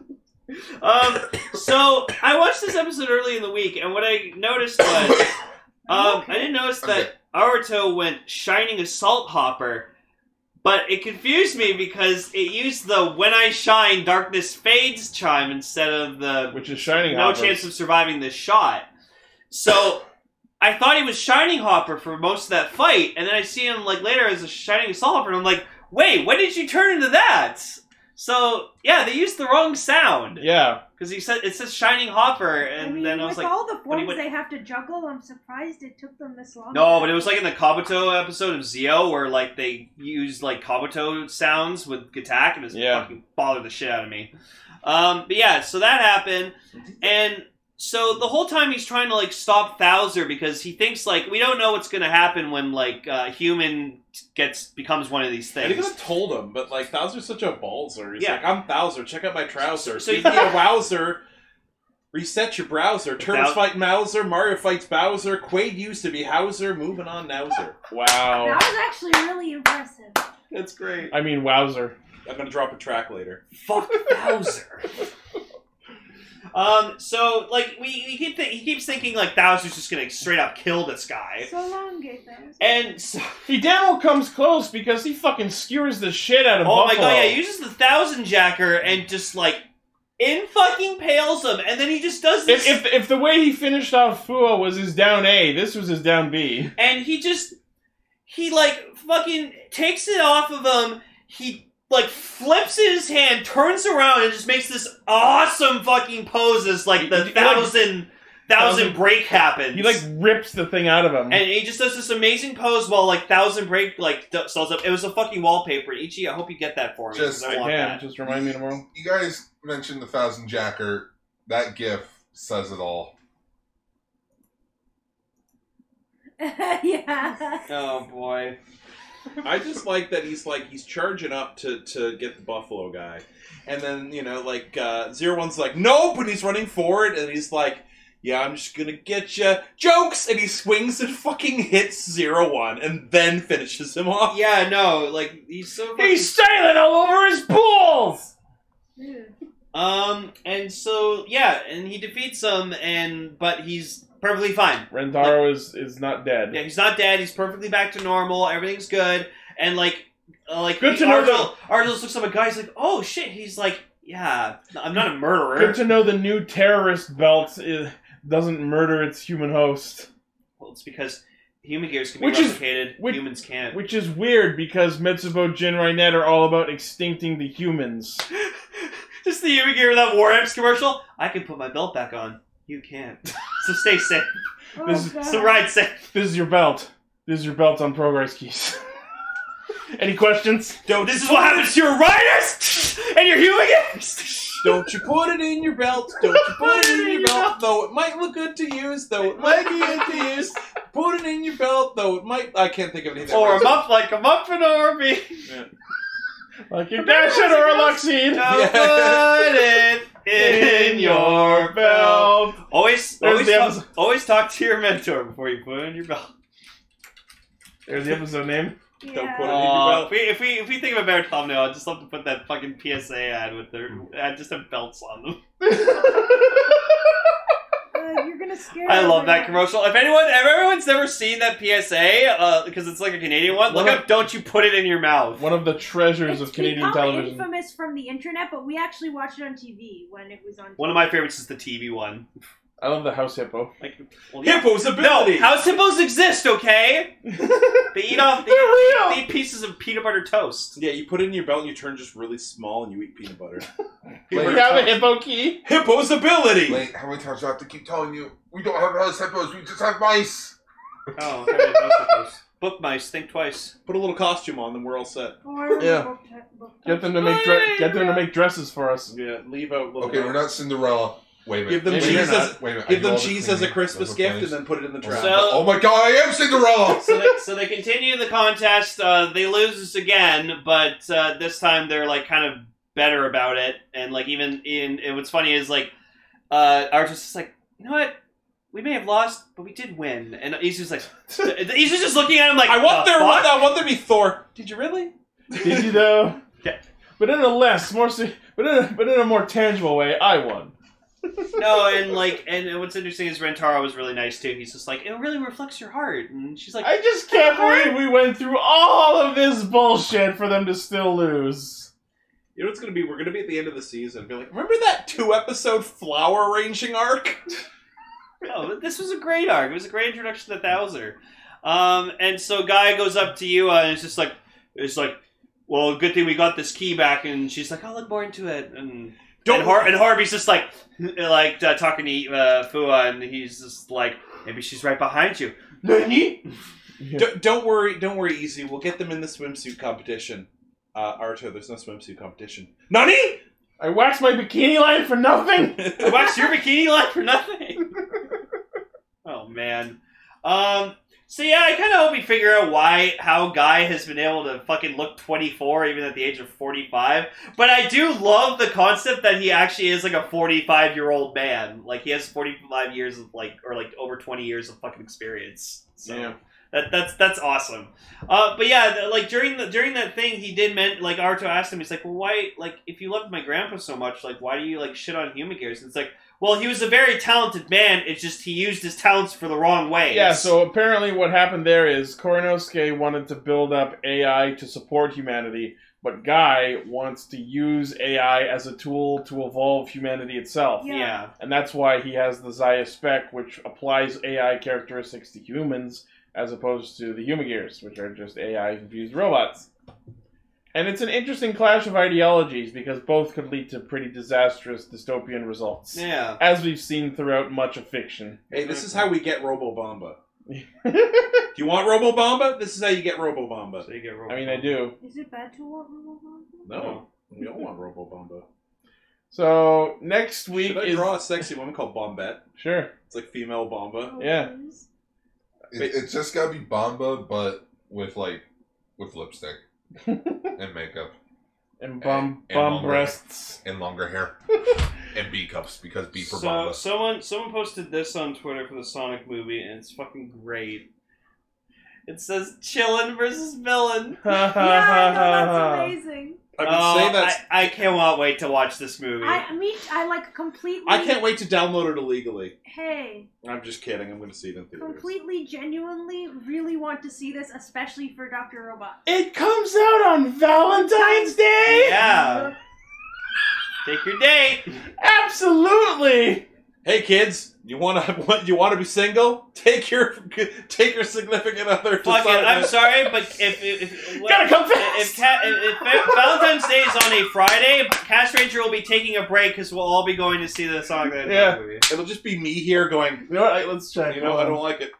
um, so I watched this episode early in the week, and what I noticed was, um, I didn't notice that Aruto went shining assault hopper, but it confused me because it used the "When I shine, darkness fades" chime instead of the
which is shining.
No
hopper.
chance of surviving this shot. So. I thought he was Shining Hopper for most of that fight, and then I see him like later as a Shining Assault Hopper, and I'm like, wait, when did you turn into that? So yeah, they used the wrong sound
Yeah.
because he said it says Shining Hopper, and then I was
With
like,
all the
what do you-
forms they have to juggle, I'm surprised it took them this long.
no, but it was like in the Kabuto episode of Zio where like they used like Kabuto sounds with Gatak, and it was
Yeah.
fucking bothered the shit out of me. Um, but yeah, so that happened, and so the whole time he's trying to like stop Thouser because he thinks like we don't know what's gonna happen when like uh, human gets becomes one of these
I
things.
think I told him, but like Bowser's such a balzer. He's
Yeah.
like, I'm Bowser. Check out my trousers. So
So you-
you can a Wowzer. Reset your browser. Turtles
Thou-
fight Mauser. Mario fights Bowser. Quaid used to be Hauser. Moving on, Nowser.
Wow.
That was actually really impressive.
That's great.
I mean, wowzer.
I'm gonna drop a track later.
Fuck Bowser. um. So like we, we keep th- he keeps thinking like Bowser's just gonna straight up kill this guy,
So long, gay things.
and so,
He damn well comes close because he fucking skewers the shit out
oh
of
my
Buffalo.
god, yeah, he uses the thousand jacker and just like in fucking pales him, and then he just does this,
if, if, if the way he finished off Fuo was his down A, this was his down B.
and he just he like fucking takes it off of him. He like flips it in his hand, turns around, and just makes this awesome fucking pose as like the
he, like,
thousand thousand
thousand-
break happens.
He like rips the thing out of him.
And he just does this amazing pose while like thousand break like d- sells up. It was a fucking wallpaper. Ichi, I hope you get that for me. 'cause
Just-
I
I
want
can.
that.
Just remind me tomorrow.
You guys mentioned the Thousand Jacker. That GIF says it all.
yeah.
Oh boy.
I just like that he's like he's charging up to to get the Buffalo guy, and then you know like uh, Zero One's like no, but he's running forward, and he's like. Yeah, I'm just gonna get you jokes, and he swings and fucking hits Zero One, and then finishes him off.
Yeah, no, like he's so. fucking-
He's styling all over his balls.
Um, and so yeah, and he defeats him, and but he's perfectly fine.
Rentaro is is not dead.
Yeah, he's not dead. He's perfectly back to normal. Everything's good. And like, uh, like
Good to know
Argyle, Argyle just looks up at guy. He's like, oh shit. He's like, yeah, I'm not a murderer.
Good to know the new terrorist belt is, doesn't murder its human host,
Well, it's because human gears can be
Which is-
replicated.
which-
humans can't.
which is weird because Mitsubo Jinrai Net are all about extincting the humans.
Just the human gear without War Amps commercial. I can put my belt back on. You can't. So stay safe.
Oh,
This is-
God.
So ride safe.
This is your belt. This is your belt on progress keys. Any questions?
Don't
This is what happens to your riders and your human gears.
Don't you put it in your belt? Don't you put it in your belt? Though it might look good to use, though it might be good to use. Put it in your belt, though it might. I can't think of anything.
or a muff like a muffin Orby.
Like your dashin or a Luxine.
Now put it in your belt. Always,
There's
always,
the
talk,
episode.
always talk to your mentor before you put it in your belt.
There's the episode name.
Don't
Yeah.
put it in your
Aw, if,
belt.
we, if we if we think of a better thumbnail, I'd just love to put that fucking Mm. PSA ad with their ad just have belts on them.
uh, you're gonna scare.
I love that
everyone.
commercial. If anyone, if everyone's never seen that PSA, because uh, it's like a Canadian one, look
One of-
up "Don't you put it in your mouth."
One of the treasures of Canadian
Become
television.
infamous from the internet, but we actually watched it on TV when it was on.
One of my favorites is the TV one.
I love the house hippo.
Like well,
Hippo's ability.
No, house hippos exist. Okay, they eat off they,
real.
they eat pieces of peanut butter toast.
Yeah, you put it in your belt and you turn just really small and you eat peanut butter.
You have a hippo key?
Hippo's ability.
Wait, how many times do I have to keep telling you? We don't have house hippos. We just have mice.
Oh, okay, house hippos. Book mice, think twice.
Put a little costume on them. We're all set.
Yeah. Get them to make dre- get them to make dresses for us.
Yeah, leave out. Little
Okay, we're not Cinderella. Wait a minute.
Give them
Wait a
cheese
minute.
as-
Wait a minute. I
give
do
them
all the
cheese as a
cleaning.
Christmas
Those are
gift
funny.
and then put it in the
Oh,
trap.
So-
oh my god, I am Cinderella!
so, they, so they continue the contest. Uh, they lose this again, but uh, this time they're like kind of better about it. And like even in and what's funny is like uh, Archer's just like, you know what? We may have lost, but we did win. And he's just like, he's just looking at him like,
I want
"The
there.
fuck?"
I want there to be Thor.
Did you really?
Did you though?
Okay.
But in a less, more, se- but in a, but in a more tangible way, I won.
no, and like, and what's interesting is Rentaro was really nice too. He's just like, it really reflects your heart, and she's like,
I just can't
Alright.
believe we went through all of this bullshit for them to still lose.
You know what's gonna be? We're gonna be at the end of the season. and Be like, remember that two episode flower arranging arc?
No, but this was a great arc. It was a great introduction to Thouser. Um, and so Guy goes up to you uh, and it's just like, it's like, well, good thing we got this key back. And she's like, I'll look more into it. And
Don't-
and, Har- and Harvey's just like, like uh, talking to uh, Fua, and he's just like, maybe she's right behind you. Nani?
D- don't worry, don't worry, Easy. We'll get them in the swimsuit competition. Uh, Arto, there's no swimsuit competition. Nani?
I waxed my bikini line for nothing.
I waxed your bikini line for nothing. oh man. Um. So yeah, I kind of hope we figure out why how Guy has been able to fucking look 24 even at the age of 45. But I do love the concept that he actually is like a 45 year old man. Like he has 45 years of like or like over 20 years of fucking experience. So.
Yeah.
That, that's that's awesome, uh, but yeah, th- like during the during that thing, he did meant like Arto asked him, he's like, well, why like if you loved my grandpa so much, like why do you like shit on human gears? And it's like, well, he was a very talented man. It's just he used his talents for the wrong way.
Yeah, so apparently what happened there is Korinosuke wanted to build up AI to support humanity, but Guy wants to use AI as a tool to evolve humanity itself.
yeah.
And that's why he has the Zaya spec, which applies AI characteristics to humans as opposed to the Humagears, which are just AI infused robots. And it's an interesting clash of ideologies because both could lead to pretty disastrous dystopian results,
yeah.
as we've seen throughout much of fiction.
Hey, this is how we get Robo Bomba. Do you want Robo Bomba? This is how you get Robo Bomba.
So you get
I mean, I do.
Is it bad to want Robobomb?
No, we don't want Robo Bomba.
So next week
Should I
is
draw a sexy woman called Bombette?
sure.
It's like female Bomba.
Yeah.
Oh,
It, it's just gotta be Bomba, but with like, with lipstick and makeup
And bum
And- and
bum
longer.
breasts.
and longer hair and B cups because B for
So
Bomba.
someone someone posted this on Twitter for the Sonic movie, and it's fucking great. It says chillin versus villain.
Ha, ha,
Yeah,
ha,
I know,
ha, ha.
that's amazing.
I would
Oh,
say that's.
I, I cannot wait to watch this movie.
I me, I like completely.
I, can't wait to download it illegally.
Hey,
I'm just kidding. I'm going to see it in theaters.
completely, genuinely, really want to see this, especially for Doctor Robot.
It comes out on Valentine's Day.
yeah. Take your date.
Absolutely.
Hey kids, you want to you want to be single? Take your take your significant other. to
Fuck it.
Sonic
I'm
Man.
sorry, but if if, if
Gotta come
if,
fast.
Ca- if, if Valentine's Day is on a Friday, Cash Ranger will be taking a break because we'll all be going to see the Sonic the
Yeah.
Hedgehog movie.
It'll just be me here going.
You know what? All right, let's check.
You know,
Hold
I
on.
don't like it.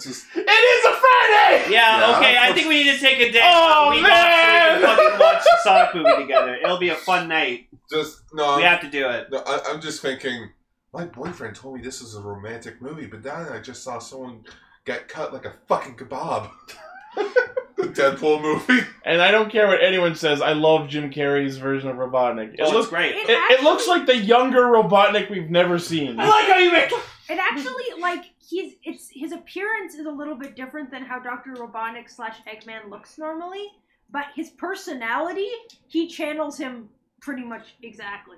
Just-
It is a Friday.
Yeah,
Yeah.
okay. I think we need to take a day.
Oh,
we can
man!
fucking watch the Sonic movie together. It'll be a fun night.
just no,
We have to do it.
no I, I'm just thinking. My boyfriend told me this is a romantic movie, but now I just saw someone get cut like a fucking kebab. the Deadpool movie.
And I don't care what anyone says. I love Jim Carrey's version of Robotnik. It
It looks
looks
great.
it, it looks like the younger Robotnik we've never seen.
I like how you make.
It actually like he's it's his appearance is a little bit different than how Doctor Robotnik slash Eggman looks normally, but his personality he channels him pretty much exactly.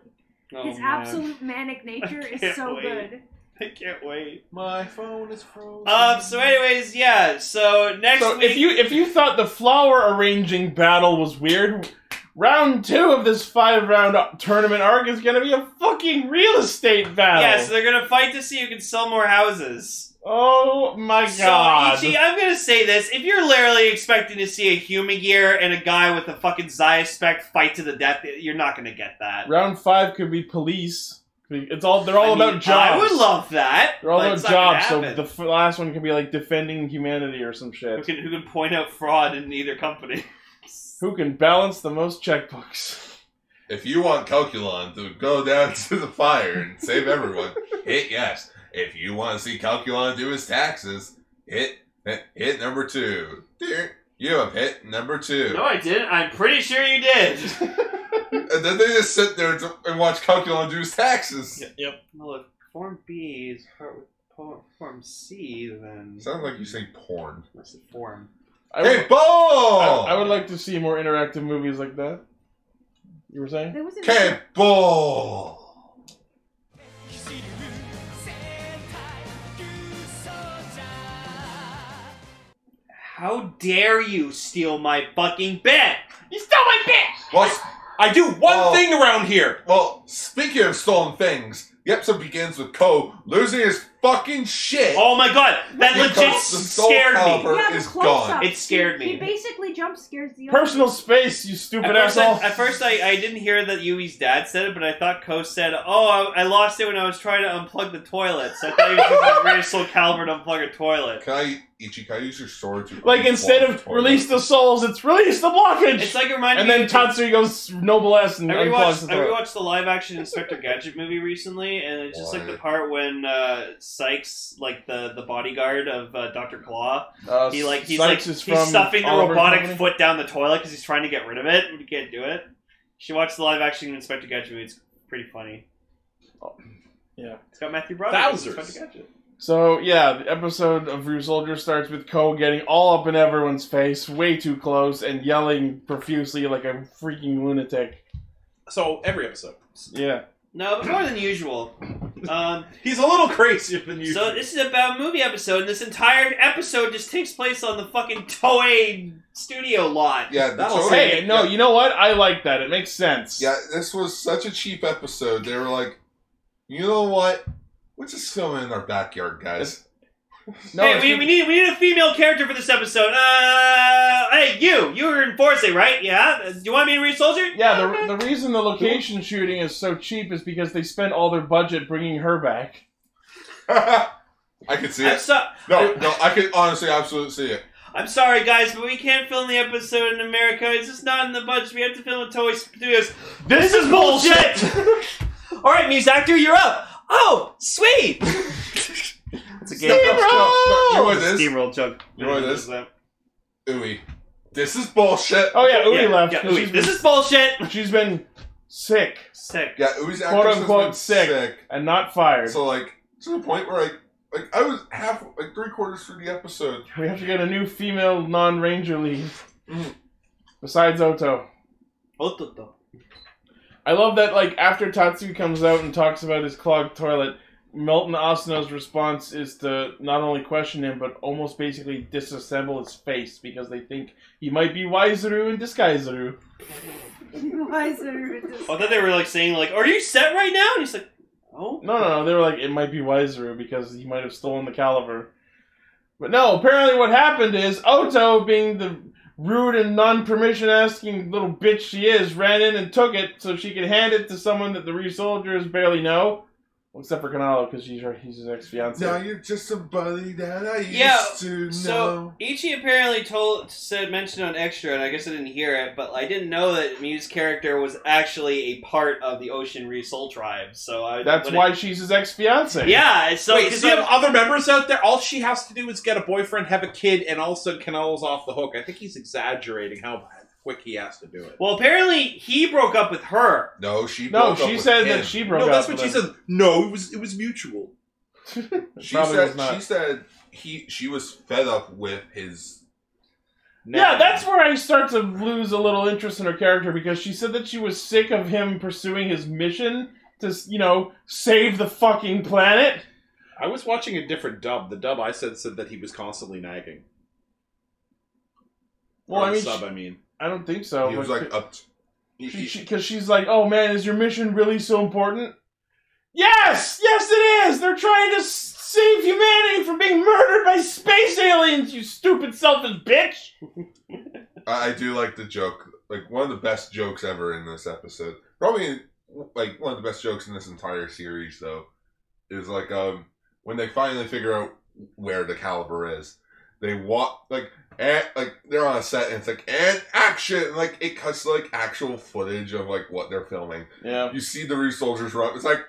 Oh,
his
man.
absolute manic nature is
can't
so
wait.
good.
I can't wait.
My phone is frozen.
Um. So, anyways, yeah. So next
so
week,
if you if you thought the flower arranging battle was weird, round two of this five round tournament arc is gonna be a fucking real estate battle.
yeah, so they're gonna fight to see who can sell more houses.
oh my god!
So, E Ichi, I'm gonna say this: if you're literally expecting to see a human gear and a guy with a fucking Zaya spec fight to the death, you're not gonna get that.
round five could be police. It's all they're all
I mean,
about jobs.
I would love that.
They're all
but
about
it's not gonna
jobs. So
happen.
the f- last one could be like defending humanity or some shit.
who can who can point out fraud in either company?
Who can balance the most checkbooks?
If you want Calculon to go down to the fire and save everyone, hit yes. If you want to see Calculon do his taxes, hit hit number two. Dear, You have hit number two.
No, I didn't. I'm pretty sure you did.
And then they just sit there and- and watch Calculon do his taxes.
Yep.
Well, if Form B is part with Form- Form C, then
Sounds like you say porn.
what's the form?
I
Hey,
would,
ball!
I, I would like to see more interactive movies like that. You were saying?
There was an
Okay, ball!
How dare you steal my fucking bit? You stole my bit.
Well, s-
I do one
Well-
thing around here.
well, speaking of stolen things, the episode begins with Ko losing his fucking shit.
Oh my god, that
Because
legit
the soul
scared me.
caliber-
Yeah, the
is
close-up.
gone.
It scared
He,
me.
he basically jump scares the other-
Personal space, you
At
stupid
first,
asshole.
I, at first I, I didn't hear that Yui's dad said it, but I thought Ko said, "Oh, I, I lost it when I was trying to unplug the toilet." So I thought he was using British Soul Calvert to unplug a toilet.
Can I, Ichi, can I use your sword to.
like instead of
Toilet?
release the souls, it's release the blockage.
It's like it reminded
and
me
then
of-
Tatsui goes noble S and
I
unplugs
rewatched,
the
I
toilet.
rewatched the live action Inspector Gadget movie recently, and it's just like the
Why?
part when uh, Sykes, like the, the bodyguard of uh, Doctor Claw,
Uh,
he like he's
Sykes
like
is
he's
from
stuffing the
Oliver and
robotic
Company.
foot down the toilet because he's trying to get rid of it, but he can't do it. She watched the live action Inspector Gadget movie. It's pretty funny.
Oh. Yeah.
It's got Matthew Broderick. as
Wowzers.
Inspector Gadget.
So yeah, the episode of Rue Soldier starts with Ko getting all up in everyone's face, way too close, and yelling profusely like a freaking lunatic.
So every episode,
Yeah.
No, but more than usual. Um,
he's a little crazier than usual.
so this is about movie episode, and this entire episode just takes place on the fucking Toei studio lot.
Yeah, the
That'll
Toei-
Oh, Hey, no,
yeah,
you know what? I like that. It makes sense.
yeah, this was such a cheap episode. They were like, you know what? We're just filming in our backyard, guys.
No,
hey,
it's
we,
good-
we need we need a female character for this episode. Uh, hey, you you were in Forza, right? Yeah. Uh, Do you want me to be a soldier?
Yeah, the, the reason the location shooting is so cheap is because they spent all their budget bringing her back.
I could see
I'm,
it.
so-
No, no, I could honestly absolutely see it.
I'm sorry, guys, but we can't film the episode in America. It's just not in the budget. We have to film at Toy Studios. This is bullshit. All right, Muse Actor, you're up. Oh, sweet. it's a game.
No, you know what it is?
Steamroll joke.
You know what it is? Ooey. This is bullshit.
Oh yeah, Uri
Yeah,
left.
yeah,
'cause
Ui,
she's
this is bullshit.
been- she's been sick
Sick.
Yeah, Ooey's
Quote
actress has
unquote
been
sick. and not fired.
So like to the point where like like I was half like three quarters through the episode.
we have to get a new female non-ranger lead
Mm.
besides Oto.
Ototo.
I love that, like, after Tatsu comes out and talks about his clogged toilet, Milton Asano's response is to not only question him, but almost basically disassemble his face because they think he might be Waizuru and Disguiseru.
Why is there a dis-
Oh,
Oh.
I thought they were like saying like, "Are you set right now?" And he's like, "No."
No, no, no, they were like, it might be Waizuru because he might have stolen the caliber. But no, apparently what happened is Oto, being the rude and non permission asking little bitch she is, ran in and took it so she could hand it to someone that the re soldiers barely know. Well, except for Kanalo because she's, her- he's his ex fiance.
you're just somebody that I
Yeah,
to
So Ichi apparently told said mentioned on extra, and I guess I didn't hear it, but I didn't know that Mew's character was actually a part of the Ocean Re Soul Tribe. So I
That's
but it-
why she's his ex fiance.
yeah. So
Wait,
'cause
so you have
I'm-
other members out there? All she has to do is get a boyfriend, have a kid, and all of a sudden Canelo's off the hook. I think he's exaggerating how quick he has to do it.
well, apparently he broke up with her.
No, she
No,
broke up
she
with
said
him.
that she broke
no,
up.
that's what
with
she
him.
said. No, it was it was mutual.
she
Probably
said
was not.
she said he she was fed up with his
Yeah, that's where I start to lose a little interest in her character because she said that she was sick of him pursuing his mission to, you know, save the fucking planet.
I was watching a different dub. The dub I said said that he was constantly nagging.
Well,
Or
I
the
mean,
sub,
she-
I mean.
I don't think so.
He was
but-
like up.
because she's like, "Oh man, is your mission really so important?" Yes, yes, it is. They're trying to s- save humanity from being murdered by space aliens. You stupid, selfish bitch.
I, I do like the joke, like one of the best jokes ever in this episode. Probably like one of the best jokes in this entire series, though, is like um when they finally figure out where the caliber is. They walk like and like they're on a set and it's like and action and, like it cuts to, like actual footage of like what they're filming.
Yeah.
You see the Rue soldiers run. It's like,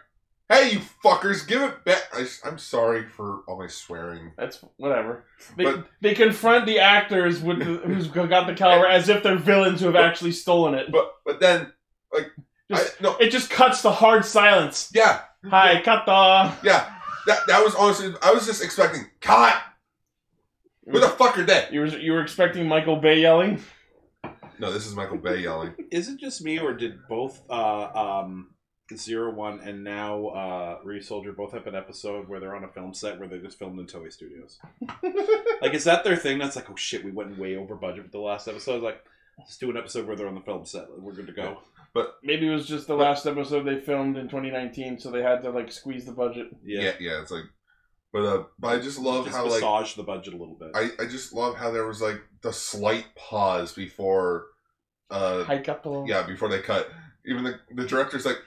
hey, you fuckers, give it back. I, am sorry for all my swearing.
That's whatever. They,
But-
they confront the actors with the, who's got the caliber as if they're villains who have actually stolen it.
But but then like
Just-
no,
it just cuts to hard silence.
Yeah.
Hi, cut the.
Yeah, that that was honestly, I was just expecting cut. Where
Mm.
the fuck are they?
You were you were expecting Michael Bay yelling?
No, this is Michael Bay yelling.
Is it just me, or did both uh, um, Zero One and now uh, Re Soldier both have an episode where they're on a film set where they just filmed in Toei Studios? like, is that their thing? That's like, oh shit, we went way over budget with the last episode. Like, let's do an episode where they're on the film set. We're good to go.
But
Maybe it was just the last episode they filmed in 2019, so they had to like squeeze the budget.
yeah, yeah, it's like, but uh, but I just love
Just
how like
massage the budget a little bit.
I I just love how there was like the slight pause before, uh,
Hi, cut the.
yeah, before they cut. Even the the director's like,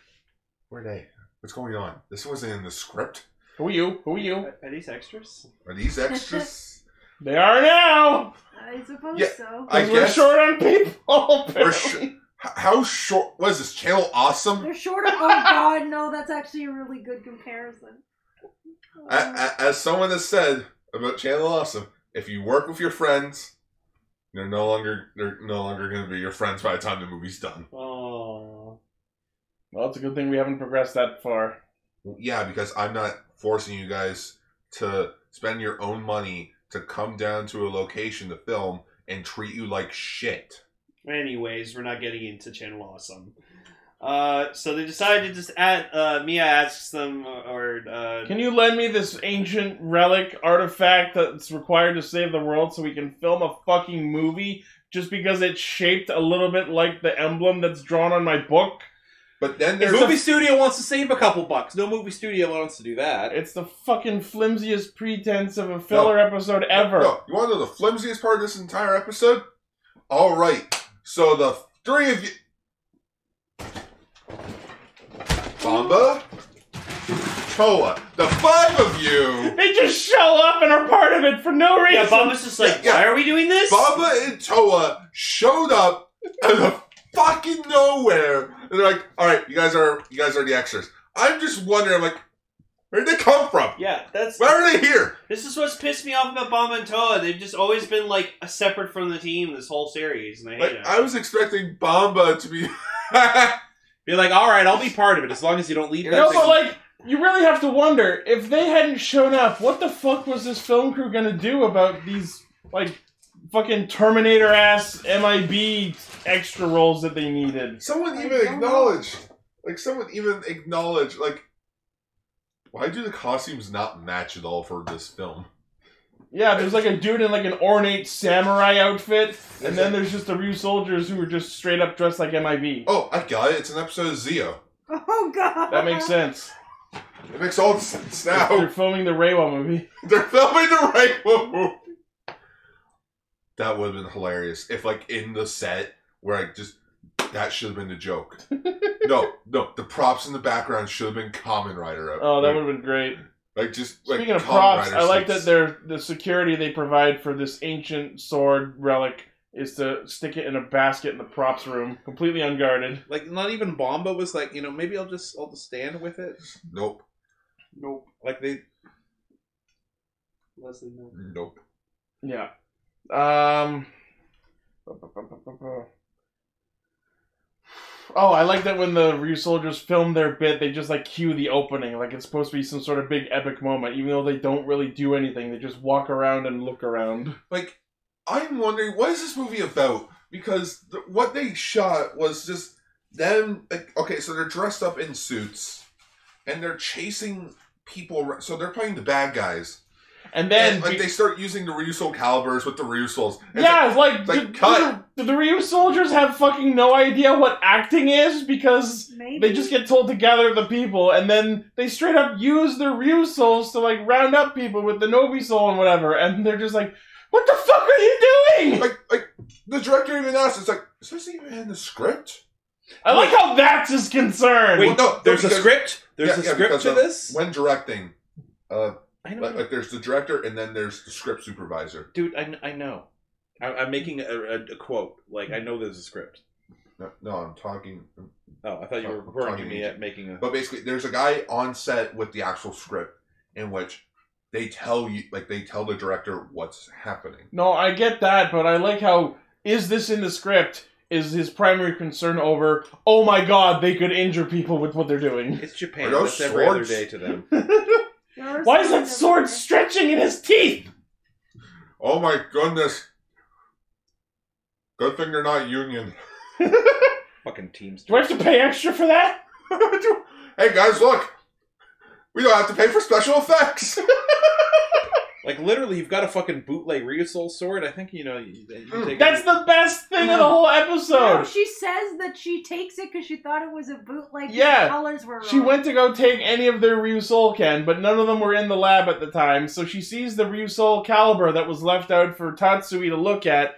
where are they? What's going on? This wasn't in the script.
Who are you? Who are you?
Are these extras?
Are these extras?
They are now.
I suppose
Yeah,
so.
I
We're
guess.
short on people.
We're sh- h- how short was this channel? Awesome.
They're short of. Oh god, no, that's actually a really good comparison.
A- a- As someone has said about Channel Awesome, if you work with your friends, they're no longer they're no longer going to be your friends by the time the movie's done.
Oh.
Well, it's a good thing we haven't progressed that far.
Yeah, because I'm not forcing you guys to spend your own money to come down to a location to film and treat you like shit.
Anyways, we're not getting into Channel Awesome. Uh, so they decided to just add. Uh, Mia asks them, or uh,
Can you lend me this ancient relic artifact that's required to save the world so we can film a fucking movie just because it's shaped a little bit like the emblem that's drawn on my book?
But then
If
there's
movie studio wants to save a couple bucks, no movie studio wants to do that.
It's the fucking flimsiest pretense of a filler episode ever.
No, you want to know the flimsiest part of this entire episode? All right, so the three of you, Bomba, Toa, the five of you,
They just show up and are part of it for no reason.
yeah, Boba's just like,
Yeah, yeah.
why are we doing this?
Bomba and Toa showed up out of fucking nowhere, and they're like, "All right, you guys are you guys are the extras." I'm just wondering, like, where did they come from?
yeah, that's
Why are they here?
This is what's pissed me off about Bomba and Toa. They've just always been like separate from the team this whole series, and I hate
Like,
it.
I was expecting Bomba to be.
Be like, all right, I'll be part of it as long as you don't leave.
You
that
No,
thing."
but like, you really have to wonder if they hadn't shown up, what the fuck was this film crew gonna do about these like fucking Terminator ass MIB extra roles that they needed?
Someone
I
even
don't know.
acknowledged, like someone even acknowledged, like, why do the costumes not match at all for this film?
Yeah, there's like a dude in like an ornate samurai outfit, and then there's just the Ryu soldiers who were just straight up dressed like MIB.
Oh, I got it. It's an episode of Zio.
Oh god.
That makes sense.
It makes all sense
They're
now.
filming the Reiwa movie.
They're filming the right one. That would have been hilarious if, like, in the set where I just that should have been the joke. no, no, the props in the background should have been Common Rider.
Oh, that would have been great.
like just like
Speaking of
Kamen
props,
Rider
I like
suits.
that they're, the security they provide for this ancient sword relic is to stick it in a basket in the props room, completely unguarded.
like not even Bomba was like, you know, maybe I'll just I'll just stand with it.
Nope,
Nope. Like they
Leslie Knope.
nope.
Yeah. Um. Oh, I like that when the Ryu soldiers film their bit, they just like cue the opening, like it's supposed to be some sort of big epic moment, even though they don't really do anything. They just walk around and look around.
like I'm wondering what is this movie about? Because th- what they shot was just them. Like, okay, so they're dressed up in suits, and they're chasing people. ar- So they're playing the bad guys.
And then
like
be-
they start using the Ryusoul calibers with the Ryusouls. And
yeah, it's like,
it's like,
do- do
cut.
the, do the Ryu soldiers have fucking no idea what acting is because they just get told to gather the people, and then they straight up use their Ryu souls to like round up people with the Nobi soul and whatever, and they're just like, "What the fuck are you doing?"
Like, like the director even asked, "It's like, is this even in the script?"
I like how that's his concern.
Well, no, because- yeah, yeah, because, um,
this.
When directing, uh, like, like there's the director and then there's the script supervisor.
Dude, I, I know. I, I'm making a, a, a quote. Like, I know there's a script.
No, no I'm talking.
Oh, I thought you were
I'm
referring to
talking
me
to-
at making a.
But basically, there's a guy on set with the actual script in which they tell you, like, they tell the director what's happening.
No, I get that, but I like how is this in the script is his primary concern over, oh my god, they could injure people with what they're doing.
It's Japan.
Are
That's
those
every other
swords?
day to them.
Why is that sword stretching in his teeth?
Oh my goodness! Good thing they're not union.
Fucking teams.
Do I have to pay extra for that?
hey guys, look! We don't have to pay for special effects!
Like, literally, you've got a fucking bootleg Ryusoul sword. I think, you know, you, you can take
That's the best thing of the whole episode.
No, she says that she takes it because she thought it was a bootleg. but
Yeah.
the colors were wrong.
She went to go take any of their Ryu Soul can, but none of them were in the lab at the time, so she sees the Ryu Soul caliber that was left out for Tatsui to look at,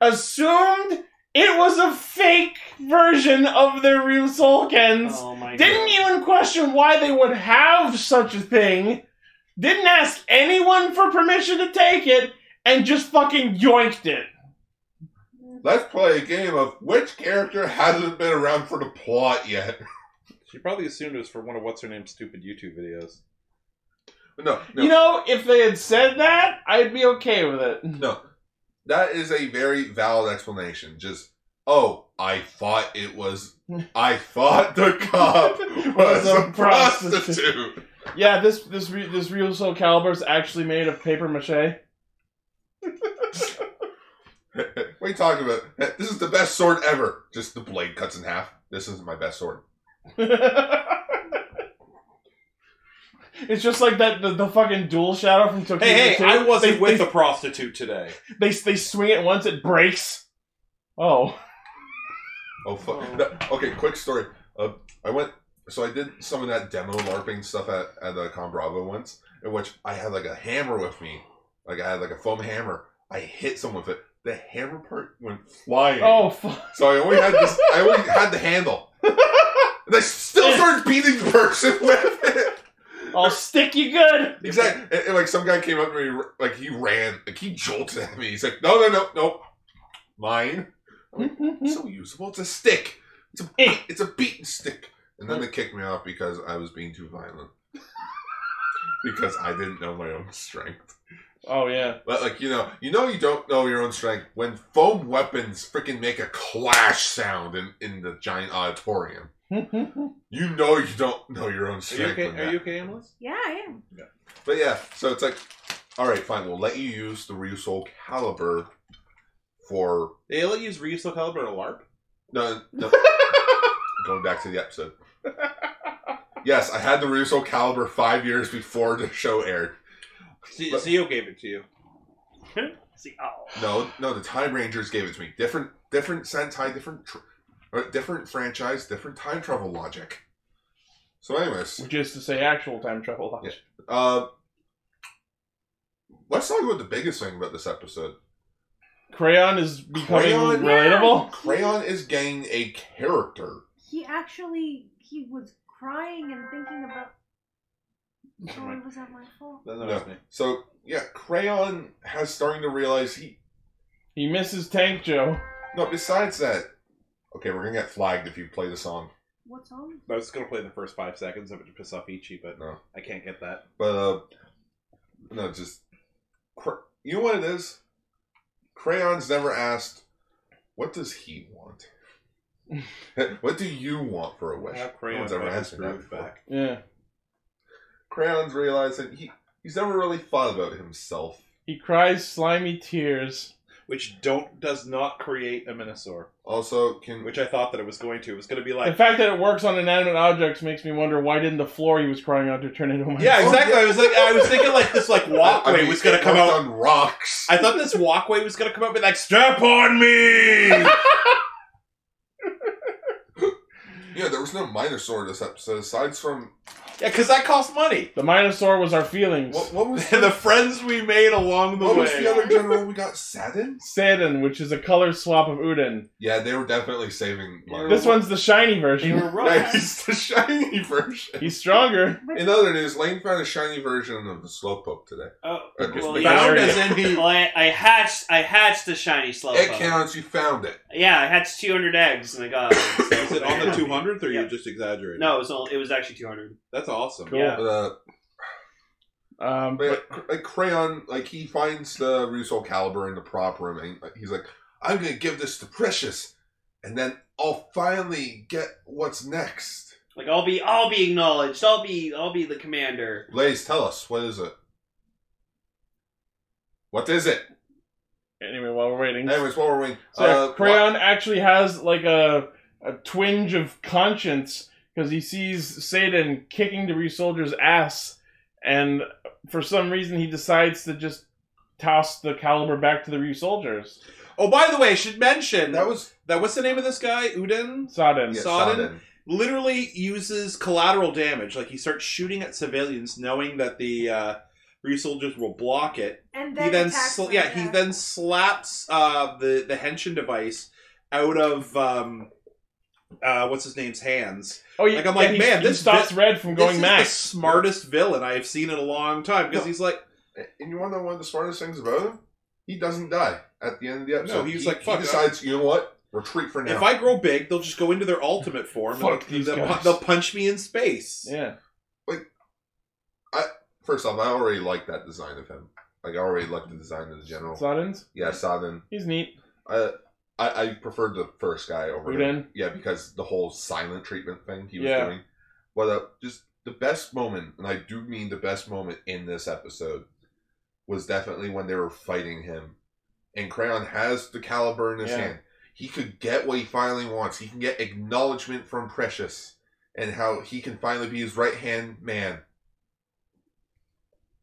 assumed it was a fake version of their Ryu Soul cans.
Oh
Didn't even question why they would have such a thing, didn't ask anyone for permission to take it, and just fucking yoinked it.
Let's play a game of which character hasn't been around for the plot yet.
She probably assumed it was for one of what's her name's stupid YouTube videos.
No, no.
You know, if they had said that, I'd be okay with it.
No, that is a very valid explanation. Just oh, I thought it was. I thought the cop was a prostitute.
Yeah, this this re- this real soul caliber is actually made of paper mache.
what are you talking about? This is the best sword ever. Just the blade cuts in half. This is my best sword.
It's just like that the, the fucking dual shadow from Tokyo.
Hey, hey,
Hotel.
I wasn't
They-
with
they,
a prostitute today.
they they swing it once, it breaks. Oh,
Oh fuck! No, okay, quick story. Uh, I went, so I did some of that demo LARPing stuff at at the Con Bravo once, in which I had like a hammer with me, like I had like a foam hammer. I hit someone with it. The hammer part went flying.
Oh, fuck.
So I only had this. I only had the handle, and I still started beating the person with it.
I'll stick you good.
Exactly. And, and, like some guy came up to me, like he ran, like he jolted at me. He's like, "No, no, no, no, mine." I'm like,
Hmm?
"It's so usable. It's a stick. It's a
Eh.
it's a beaten stick." And
Hmm.
then they kicked me off because I was being too violent. because I didn't know my own strength.
Oh yeah.
But like you know, you know you don't know your own strength when foam weapons freaking make a clash sound in in the giant auditorium. You know you don't know your own
Are you
strength.
okay?
when
Are
that-
you okay, Amelis?
Yeah, I am.
but yeah, so it's like, all right, fine. We'll let you use the Ryu Soul Caliber for
They let you use Ryusoul Caliber to LARP?
no, no. going back to the episode. Yes, I had the Ryu Soul Caliber five years before the show aired.
Z- Zio gave it to you.
See, oh.
No, no, the Time Rangers gave it to me. Different, different Sentai, different, tr- or different franchise, different time travel logic. So, anyways,
which is to say, actual time travel. logic.
uh, let's talk about the biggest thing about this episode.
Crayon is becoming
Crayon-
relatable.
Crayon is getting a character.
He actually he was crying and thinking about. Oh, it was that my fault?
No. So yeah, Crayon has starting to realize he
He misses Tank Joe.
No, besides that Okay, we're gonna get flagged if you play the song.
What's on?
I was going to play the first five seconds of it to piss off Ichi, but
no.
I can't get that.
But uh no, just Cra- you know what it is? Crayon's never asked what does he want? what do you want for a wish?
Have Crayon
one's ever
back
asked
his
me that
groove
before.
back.
Yeah.
Crayon's realizing he he's never really thought about himself.
He cries slimy tears.
which don't does not create a Minosaur.
Also, can
which I thought that it was going to. It was going to be like
The fact that it works on inanimate objects makes me wonder why didn't the floor he was crying out to turn into a microphone?
Yeah, exactly. I was like, I was thinking like this, like walkway was gonna come out
on rocks.
I thought this walkway was gonna come out, be like, step on me.
Yeah, there was no Minosaur this episode, aside from
yeah, because that costs money.
The Minosaur was our feelings.
what, what was
the friends we made along the
what
way.
was the other general we got? Sadin?
Sadin, which is a color swap of Udin.
Yeah, they were definitely saving Minotaur.
This one's the shiny
You were
version.
Yeah,
right.
he's the shiny version.
He's stronger.
In other news, Lane found a shiny version of the Slowpoke today.
Oh,
Or just
well,
made
yeah.
Found as in he
Well, I, I hatched. I hatched a shiny slowpoke.
It counts. You found it.
Yeah, I hatched 200 eggs and I got.
Is it on the 200th, or
Yeah.
you just exaggerating?
No, it was only, it was actually 200.
That's awesome.
Cool.
Yeah.
Uh,
Um, but
but, like crayon, like he finds the Russo caliber in the prop room, and he- he's like, "I'm gonna give this to Precious, and then I'll finally get what's next."
Like I'll be, I'll be acknowledged. I'll be, I'll be the commander.
Blaze, tell us what is it? What is it?
anyway, while we're waiting.
Anyways, while we're waiting,
So
uh,
Crayon actually has like a a twinge of conscience because he sees Satan kicking the Ryu soldier's ass, and for some reason he decides to just toss the caliber back to the Ryu soldiers.
Oh, by the way, I should mention
that was
that what's the name of this guy? Udin
Sodden.
yeah,
Sodden?
Sodden.
literally uses collateral damage. Like he starts shooting at civilians, knowing that the uh, Ryu soldiers will block it.
And
he
then,
then
attacks
sl-
them
yeah he
back.
then slaps uh the the henshin device out of um uh what's his name's hands
Oh, yeah,
Like, I'm like,
he,
man,
he
this
stops Red from
this
going
is
max.
the smartest villain i've seen in a long time because
No.
he's like
And you want to know one of the smartest things about him? He doesn't die at the end of the episode.
he's
he,
like, "Fuck,
he decides, you know what? Retreat for now.
if i grow big they'll just go into their ultimate form
Fuck
and
these
they'll,
guys.
they'll punch me in space
Yeah,
First off, I already like that design of him. Like I already like the design of the general.
Sodden's.
yeah, Sodden.
He's neat.
I, I I preferred the first guy over him.
Udin.
Yeah, because the whole silent treatment thing he was
Yeah.
doing. But uh, just the best moment, and I do mean the best moment in this episode, was definitely when they were fighting him. And Crayon has the caliber in his
Yeah.
hand. He could get what he finally wants. He can get acknowledgement from Precious and how he can finally be his right hand man.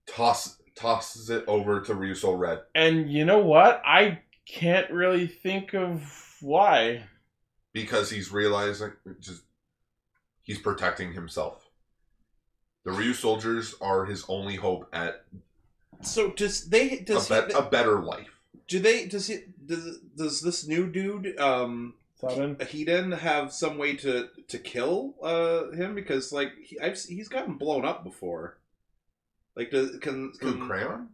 Toss tosses it over to Ryusoul Red.
And you know what? I can't really think of why.
because he's realizing just he's protecting himself. The Ryu soldiers are his only hope at
so does they
a,
does
bet
he,
a better life.
do they does he does, does this new dude um
Sodden.
he didn't have some way to to kill uh him because like he, I've, he's gotten blown up before like does can,
Who,
can
Crayon?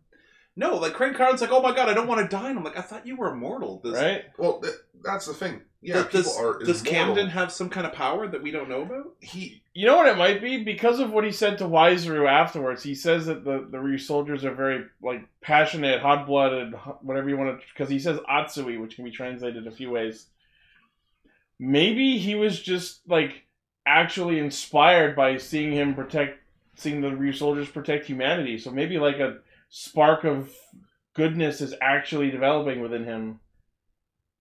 No, like Craig Carlin's like, oh my god, I don't want to die. And I'm like, I thought you were immortal. Does,
Right?
Well, th- that's the thing. Yeah,
does,
people
does,
are
does
immortal.
Camden have some kind of power that we don't know about?
He
You know what it might be because of what he said to Wiseru afterwards. He says that the the Ryu soldiers are very like passionate, hot blooded, whatever you want to. Because he says Atsui, which can be translated a few ways. Maybe he was just like actually inspired by seeing him protect, seeing the Ryu soldiers protect humanity. So maybe like a spark of goodness is actually developing within him.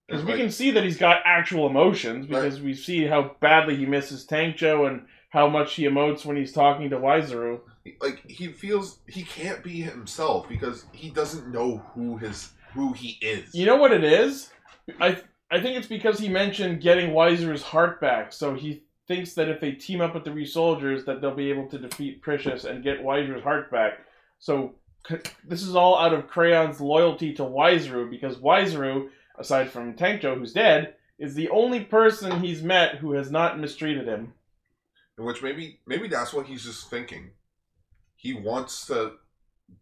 Because we
Like-
can see that he's got actual emotions because we see how badly he misses Tank Joe and how much he emotes when he's talking to Wiseru.
like he feels he can't be himself because he doesn't know who his who he is.
You know what it is? I I think it's because he mentioned getting Wiseru's heart back, so he thinks that if they team up with the Ree soldiers that they'll be able to defeat Precious and get Wiseru's heart back. So c- this is all out of Crayon's loyalty to Wiseru because Wiseru, aside from Tank Joe who's dead, is the only person he's met who has not mistreated him.
Which maybe maybe that's what he's just thinking. He wants to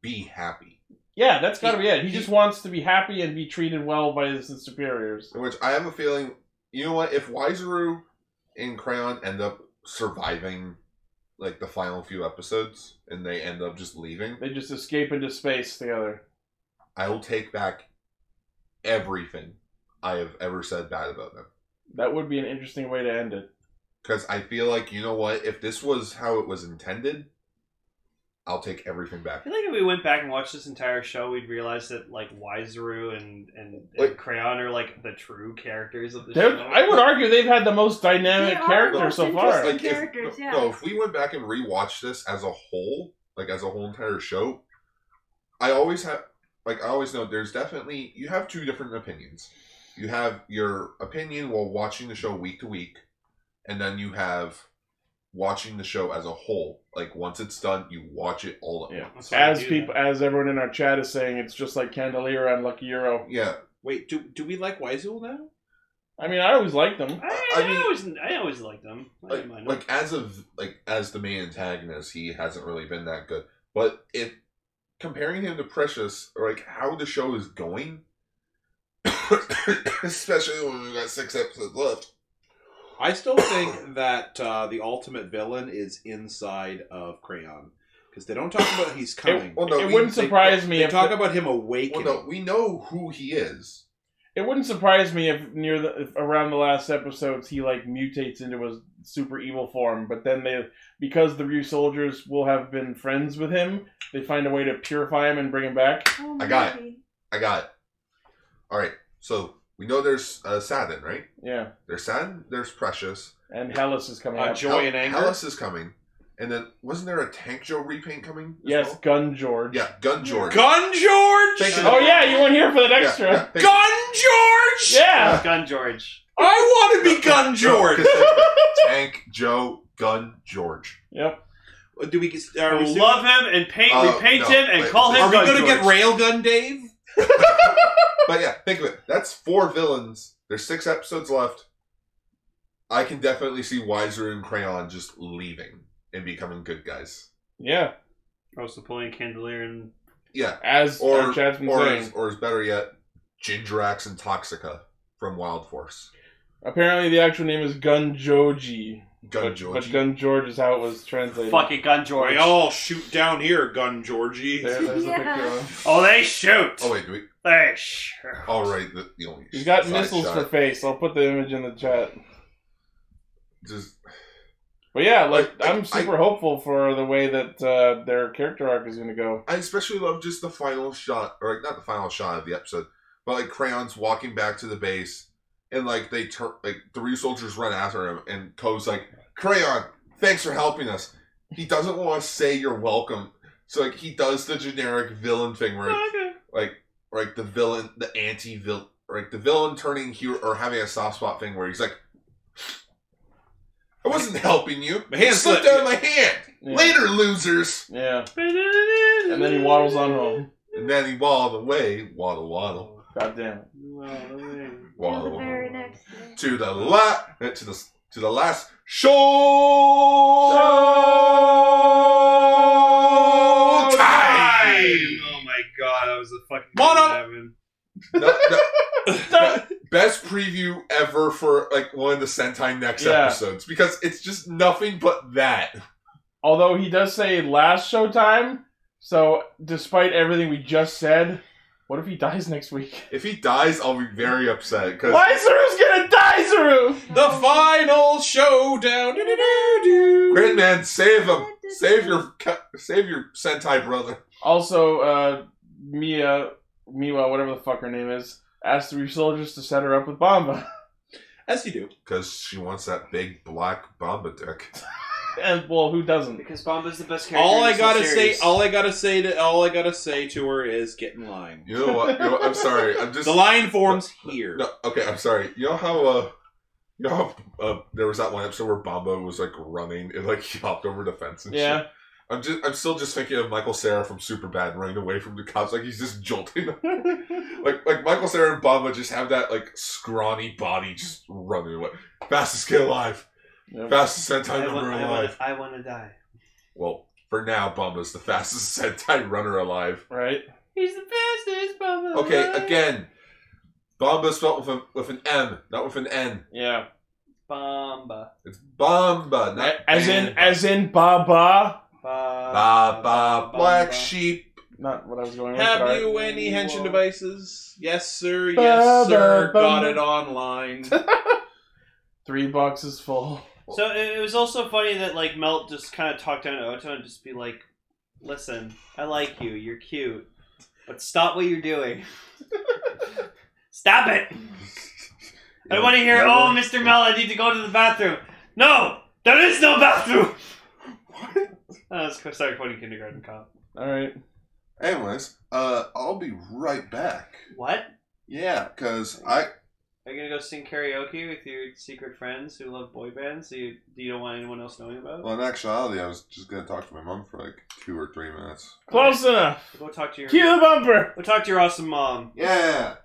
be happy.
Yeah, that's got to be it. He just wants to be happy and be treated well by his superiors.
In which I have a feeling, you know what? If Wiseru and Crayon end up surviving, like the final few episodes, and they end up just leaving,
They just escape into space together.
I will take back everything I have ever said bad about them.
That would be an interesting way to end it.
Because I feel like you know what? If this was how it was intended, I'll take everything
I
back.
feel like if we went back and watched this entire show, we'd realize that like Wiseru and and, and Crayon are like the true characters of the
They're-
show.
I would argue they've had the most dynamic
They are
character
most
so far.
interesting
Like, if,
characters, yeah.
No, if we went back and rewatched this as a whole, like as a whole entire show, I always have, like, I always know there's definitely, you have two different opinions. You have your opinion while watching the show week to week, and then you have watching the show as a whole. Like, once it's done, you watch it all at once.
as people, as everyone in our chat is saying, it's just like Candelera and Lucky Euro.
Yeah.
Wait, do do we like Weisel now?
I mean, I always liked them.
I, I, always I always liked them. I didn't
like,
mind them.
like as of like as the main antagonist, he hasn't really been that good. But if comparing him to Precious, or like how the show is going, especially when we got six episodes left,
I still think that uh, the ultimate villain is inside of Crayon because they don't talk about he's coming.
well, no, It we-
wouldn't
They-
surprise me
They
if
talk
the-
about him awakening.
well, no, we know who he is.
It wouldn't surprise me if near the if around the last episodes he like mutates into a super evil form, but then they because the Ryu soldiers will have been friends with him, they find a way to purify him and bring him back.
Oh,
I got it. I got it. All right, so we know there's uh, Sadin, right?
Yeah.
There's Sadin. There's Precious.
And Hellas is coming
Uh,
out.
Joy and Anger?
Hellas is coming, and then wasn't there a Tank Joe repaint coming? as
Yes,
well?
Gun George.
Yeah, Gun George.
Gun George.
Thank you.
Oh yeah, you weren't here for the next
Yeah, yeah,
round.
thank you.
Gun George.
Yeah.
Gun George.
I want to be Gun George.
Tank Joe Gun George.
Yep.
Do we? get- Are
We
we
love him and paint,
Uh,
repaint
no,
him and
wait,
call him.
Are we
Gun
going to get
George.
Railgun Dave?
But yeah, think of it. That's four villains. There's six episodes left. I can definitely see Wiser and Crayon just leaving and becoming good guys.
Yeah.
Roast Napoleon Oh, Candelier and
Yeah.
As
Or
our chat's been
or,
saying.
is, or is better yet, Gindrax and Toxica from Wild Force.
Apparently the actual name is Gun Joji.
Gun
but,
George.
But Gun George is how it was translated.
fucking Gun George.
We all shoot down here, Gun Georgie.
There- there's a
Yeah.
picture of him.
Oh, they shoot.
Oh wait, do we?
They shoot.
All right, the, the only
He's got
side
missiles
shot.
for face. I'll put the image in the chat.
Just
But yeah, like
Like,
I'm
I-
super hopeful for the way that uh, their character arc is going to go.
I especially love just the final shot, or like, not the final shot of the episode, but like Crayon's walking back to the base, and like they turn, like three soldiers run after him, and Ko's like, "Crayon, thanks for helping us." He doesn't want to say you're welcome, so like he does the generic villain thing where like like the villain, the anti villain, like the villain turning hero or having a soft spot thing where he's like, "I wasn't helping you.
My hand
It slipped
slipped."
out of my hand."
Yeah.
Later, losers.
Yeah, and then he waddles on home.
And then he waddled away, waddle waddle,
God damn it!
waddle
the
waddle
very next day.
to the la uh, to the to the last show
Time!
time.
Oh my god, that was a fucking
Mono-
heaven.
No, no. Best preview ever for like one of the Sentai next
Yeah.
episodes because it's just nothing but that.
Although he does say last showtime, so despite everything we just said, what if he dies next week?
If he dies, I'll be very upset because
Lysaru's gonna die, Saru.
The final showdown. Do-do-do-do.
Great Man, save him, save your ca- save your Sentai brother.
Also, uh, Mia, Miwa, whatever the fuck her name is, asked the soldiers to set her up with Bamba
As you do.
Because she wants that big black Bamba dick.
and well, who doesn't?
Because Bomba's the best character.
All
in
I
this whole
gotta say,
series.
all I gotta say to, all I gotta say to her is, get in line.
You know what? You know what? I'm sorry. I'm just
The line forms here.
No, okay, I'm sorry. You know how uh you know how uh, there was that one episode where Bamba was like running and like he hopped over the fence and
Yeah.
shit. I'm just I'm still just thinking of Michael Sarah from Superbad running away from the cops like he's just jolting. like like Michael Sarah and Bamba just have that like scrawny body just running away. Fastest kid alive.
Yep.
Fastest Sentai
I want,
runner
I,
alive.
want, I want to die.
Well, for now Bamba's the fastest Sentai runner alive.
Right.
He's the fastest Bomba.
Okay, again. Bamba spelled with, a, with an M, not with an N.
Yeah.
Bomba.
It's Bamba, not
As in,
Bamba.
as in Baba.
Ba, ba, black
Bamba.
sheep.
Not what I was going with. but
Have
alright.
you any henshin devices? Yes, sir.
Ba,
Yes,
ba,
sir.
ba.
Got it online.
Three boxes full.
So it, it was also funny that like Melt just kind of talked down to Oto and just be like, listen, I like you. You're cute, but stop what you're doing. stop it. I want to hear.
never-
Oh, Mr. Mel, I need to go to the bathroom. No, there is no bathroom. I was sorry, quoting kindergarten cop.
All right.
Anyways, uh, I'll be right back.
What?
Yeah, cause I
Are you gonna go sing karaoke with your secret friends who love boy bands? So you, you don't want anyone else knowing about?
well, in actuality, I was just gonna talk to my mom for like two or three minutes.
Close enough.
Go talk to your.
Cue the bumper.
Go talk to your awesome mom.
Yeah.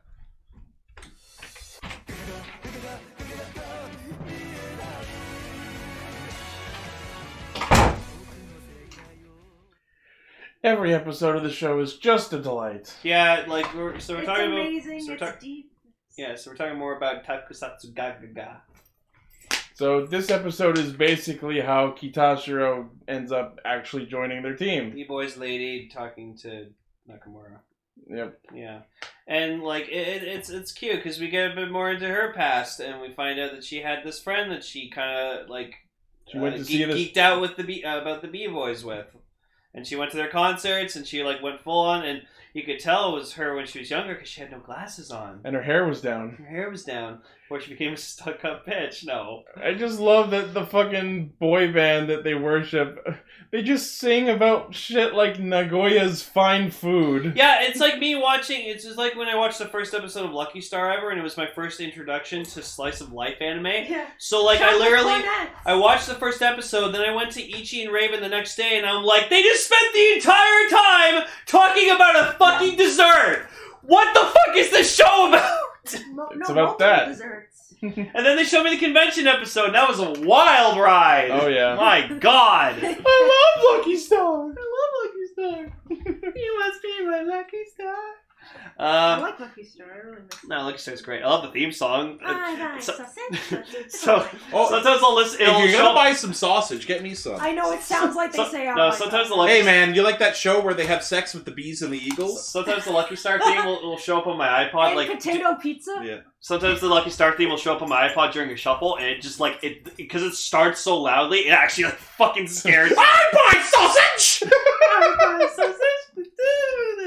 Every episode of the show is just a delight.
Yeah, like we're so we're
It's
talking
amazing,
about. So we're
it's deep.
Yeah, so we're talking more about Takusatsu Gagaga.
So this episode is basically how Kitashiro ends up actually joining their team.
E boys lady talking to Nakamura.
Yep.
Yeah, and like it, it, it's it's cute because we get a bit more into her past, and we find out that she had this friend that she kind of like
She went
uh,
to
geek-
see this-
geeked out with the B, uh, about the B boys with, and she went to their concerts, and she like went full on, and you could tell it was her when she was younger because she had no glasses on.
And her hair was down.
Her hair was down, where she became a stuck up bitch. No,
I just love that the fucking boy band that they worship, they just sing about shit like Nagoya's fine food.
Yeah, it's like me watching. It's just like when I watched the first episode of Lucky Star ever, and it was my first introduction to slice of life anime.
Yeah.
So like, I
Chocolate
literally,
Cornets.
I watched the first episode, then I went to Ichi and Raven the next day, and I'm like, they just spent the entire time talking about a fucking dessert. What the fuck is this show about?
It's about that.
And then they showed me the convention episode. and That was a wild ride.
Oh, yeah.
My God.
I love Lucky Star. I love Lucky Star.
you must be my lucky star.
I
Um,
like Lucky Star. I really miss.
no, Lucky Star's great. I love the theme song.
I like
so-
sausage.
So sometimes I'll listen.
Oh, If
It'll
you're gonna
show,
buy some sausage, get me some.
I know it sounds like they
So-
say. on
no,
my-
sometimes the lucky
Hey man, you like that show where they have sex with the bees and the eagles?
sometimes the Lucky Star theme will, will show up on my iPod.
And
like
potato pizza.
Yeah.
sometimes the Lucky Star theme will show up on my iPod during a shuffle, and it just like it because it starts so loudly, it actually like fucking scares. me.
buy sausage.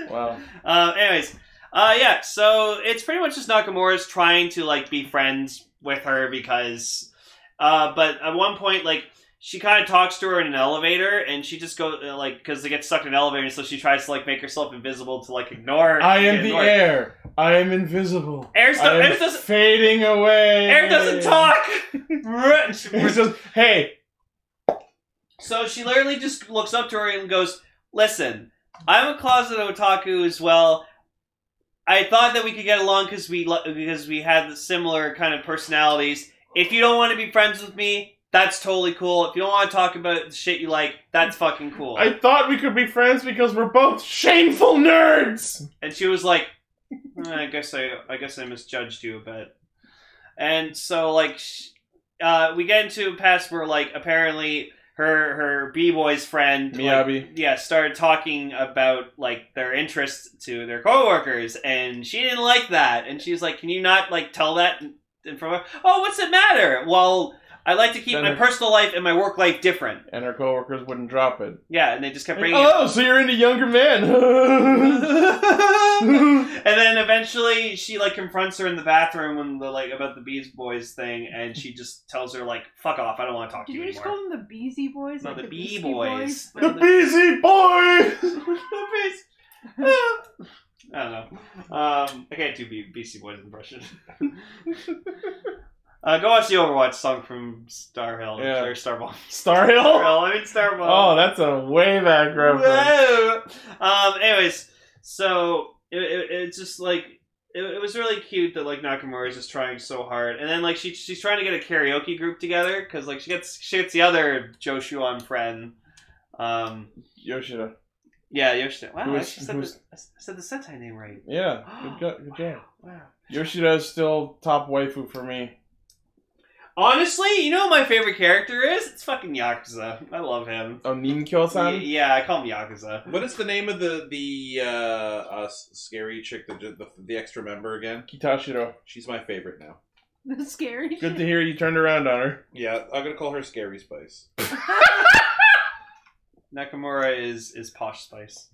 Wow.
Uh, anyways, uh, yeah. So it's pretty much just Nakamura's trying to like be friends with her because, uh, but at one point like she kind of talks to her in an elevator, and she just goes uh, like because they get stuck in an elevator, so she tries to like make herself invisible to like ignore.
I am the
ignore-
air. I am invisible.
Air's not-
I am
air doesn't-
fading away.
Air doesn't talk. Rich.
It's just, hey,
So she literally just looks up to her and goes, "Listen, I'm a closet otaku as well. I thought that we could get along because we lo- because we had the similar kind of personalities. If you don't want to be friends with me, that's totally cool. If you don't want to talk about the shit you like, that's fucking cool."
I thought we could be friends because we're both shameful nerds.
and she was like, "Uh, "I guess I, I guess I misjudged you a bit." And so like, sh- uh, we get into a past where like apparently her her b boy's friend like,
Miyabi.
yeah started talking about like their interests to their coworkers, and she didn't like that, and she's like, "Can you not like tell that in- in front of her? Oh, what's it matter? Well." I like to keep
Then
my
her-
personal life and my work life different.
And her coworkers wouldn't drop it.
Yeah, and they just kept bringing it
oh, so you're into younger men.
and then eventually she like confronts her in the bathroom when the like about the bees boys thing and she just tells her like fuck off i don't want to talk to
Did
you
you just
anymore
call them the Beezy Boys?
No,
like
the Bee
Beastie
Boys.
the busy boys.
i don't know um i can't do B- bc boys impression uh go watch the overwatch song from star hill
Yeah.
or star bomb
Star Hill?
star hill i mean star bomb
Oh, that's a way back reference.
Whoa. Um. Anyways, so it, it, it's just like it, it was really cute that like Nakamura is just trying so hard, and then like she she's trying to get a karaoke group together because like she gets she gets the other Joshuan friend. Um.
Yoshida.
Yeah, Yoshida. Wow, I
Who's-
actually said
who's-
the, I said the Sentai name right.
Yeah, good, go- good job.
Wow.
Yoshida is still top waifu for me.
Honestly, you know who my favorite character is? It's fucking Yakuza. I love him.
Oh, Ninkyo-san?
Y- yeah, I call him Yakuza.
What is the name of the the uh, uh, s- scary chick that did the, the extra member again?
Kitashiro.
She's my favorite now.
Boys. Scary.
Good to hear you turned around on her.
Yeah, I'm gonna call her Scary Spice.
Nakamura is is posh spice.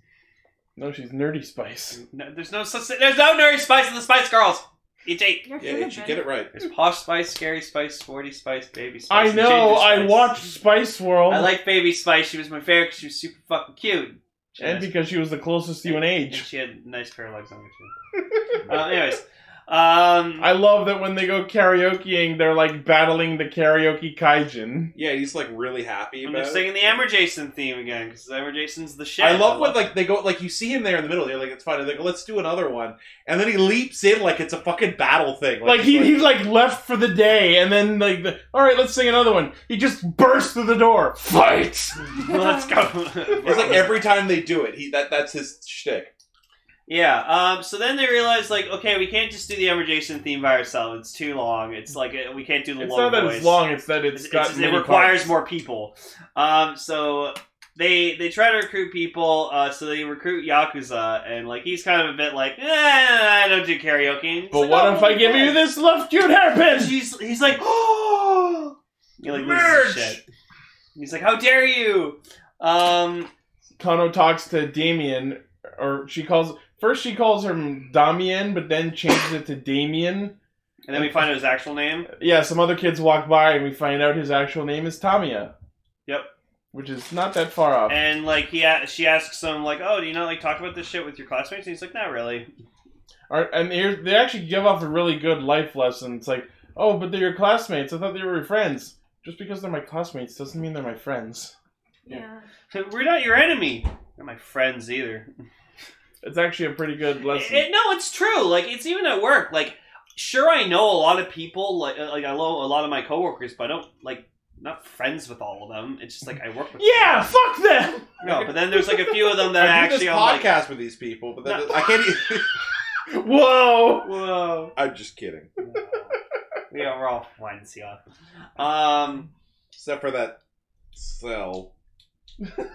No, she's nerdy spice.
No, there's no such thing- there's no nerdy spice in the Spice Girls. You take.
There Yeah, should you have should been. get it
right.
There's posh spice, scary spice, sporty spice, baby
I
spice. and
know.
ginger
I
spice.
watched Spice World.
I like baby spice. She was my favorite because she was super fucking cute. She
and
had-
because she was the closest to you in
and
age.
she had a nice pair of legs on her too. uh, anyways, um,
I love that when they go karaokeing, they're like battling the karaoke kaijin.
Yeah, he's like really happy.
and
About
they're
it.
singing the Amber Jason theme again because Amber Jason's the shit.
I love when like they go like you see him there in the middle. They're like it's fine. They're like let's do another one, and then he leaps in like it's a fucking battle thing.
Like he, he like left for the day, and then like, the, all right, let's sing another one. He just bursts through the door. Fight!
Let's go.
it's like every time they do it, he that that's his shtick.
Yeah. Um, so then they realized, like, okay, we can't just do the Ever Jason theme by ourselves. It's too long. It's like uh, we can't do the
It's
long
not that
voice.
it's long; it's that it's
It's-
got.
it's- it
many
requires
parts.
more people. Um, so they they try to recruit people. Uh, so they recruit Yakuza, and like he's kind of a bit like, eh, I don't do karaoke. "Oh,
But what if I give you this left June hairpin?
He's he's like, oh, You're like, this is shit. He's like, how dare you? Um,
Kano talks to Damien, or she calls first. She calls him Damien, but then changes it to Damien.
and then we find out his actual name.
Yeah, some other kids walk by, and we find out his actual name is Tamiya.
Yep.
Which is not that far off.
And like he, a- she asks him like, "Oh, do you not like talk about this shit with your classmates?" And he's like, "Not really."
Or- and here they actually give off a really good life lesson. It's like, oh, but they're your classmates. I thought they were your friends. Just because they're my classmates doesn't mean they're my friends.
Yeah.
We're not your enemy. Not my friends either.
It's actually a pretty good lesson.
It- no, it's true. Like it's even at work. Like sure, I know a lot of people. Like uh, like I know a lot of my coworkers, but I don't like not friends with all of them. It's just like I work with.
yeah, fuck them.
No, but then there's like a few of them that
I do
actually
this
I'm like-
podcast with these people, but then I can't. e-
Whoa.
Whoa.
I'm just kidding,
Yeah, we're all friends, yeah. Um,
except for that cell.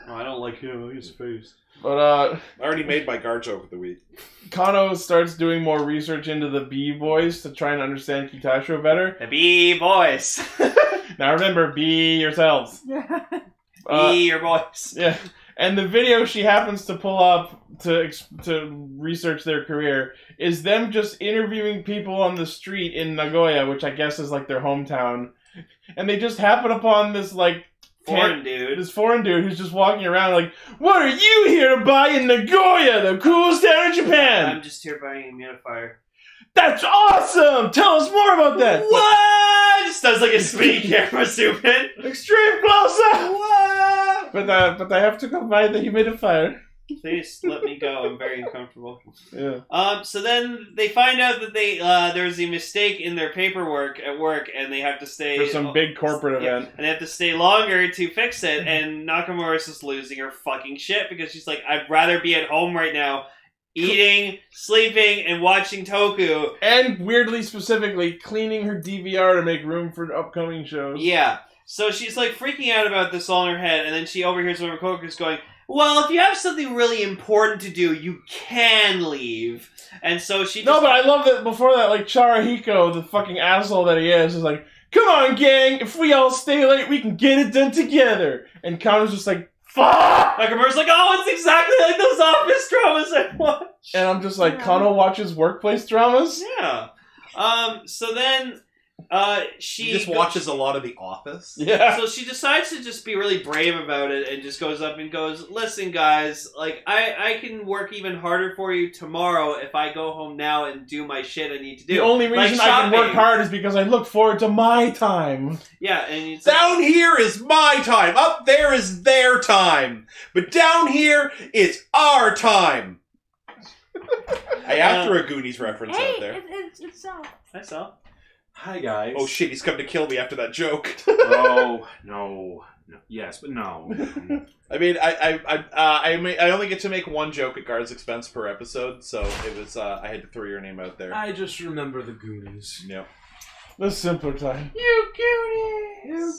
I don't like him. His face.
But uh,
I already made my guard joke of the week.
Kano starts doing more research into the B boys to try and understand Kitashiro better.
The B boys.
Now remember, be yourselves. Uh,
be your boys.
Yeah. And the video she happens to pull up to ex- to research their career is them just interviewing people on the street in Nagoya, which I guess is like their hometown. And they just happen upon this like
Foreign
tan-
dude.
this foreign dude who's just walking around like, "What are you here to buy in Nagoya, the coolest town in Japan?"
I'm just here by a humidifier.
That's awesome. Tell us more about that.
What? Just does like a speed camera zoom in.
Extreme close up.
What?
But uh, but I have to go buy the humidifier.
Please let me go. I'm very uncomfortable.
Yeah.
Um. So then they find out that they uh, there's a mistake in their paperwork at work, and they have to stay
For some big corporate
Yeah,
event. Mm-hmm.
and they have to stay longer to fix it. And Nakamura is just losing her fucking shit because she's like, I'd rather be at home right now, eating, sleeping, and watching Toku
and weirdly specifically cleaning her DVR to make room for upcoming shows.
Yeah. So she's like freaking out about this all in her head, and then she overhears one of her coworkers going, "Well, if you have something really important to do, you can leave." And so she
No,
just,
but I love that before that, like Charahiko, the fucking asshole that he is, is like, "Come on, gang! If we all stay late, we can get it done together." And Kano's just like, "Fuck!"
Nakamura's like, "Oh, it's exactly like those office dramas I watch."
And I'm just like, Kano watches workplace dramas.
Yeah. Um. So then, uh, she
He just watches a lot of The Office.
Yeah.
So she decides to just be really brave about it and just goes up and goes, "Listen, guys, like I I can work even harder for you tomorrow if I go home now and do my shit I need to do."
The only
Like
reason I can work
shopping.
hard is because I look forward to my time.
Yeah, and it's like,
Down here is my time. Up there is their time. But down here, it's our time. I
Uh,
after a Goonies reference
Hey,
out there.
it, it's it's all.
I saw.
Hi guys.
Oh shit, he's come to kill me after that joke.
oh no, no. Yes, but no.
I mean, I I I, uh, I, may, I only get to make one joke at Guard's expense per episode, so it was uh, I had to throw your name out there.
I just remember the Goonies.
Yeah.
The simpler time.
You cuties.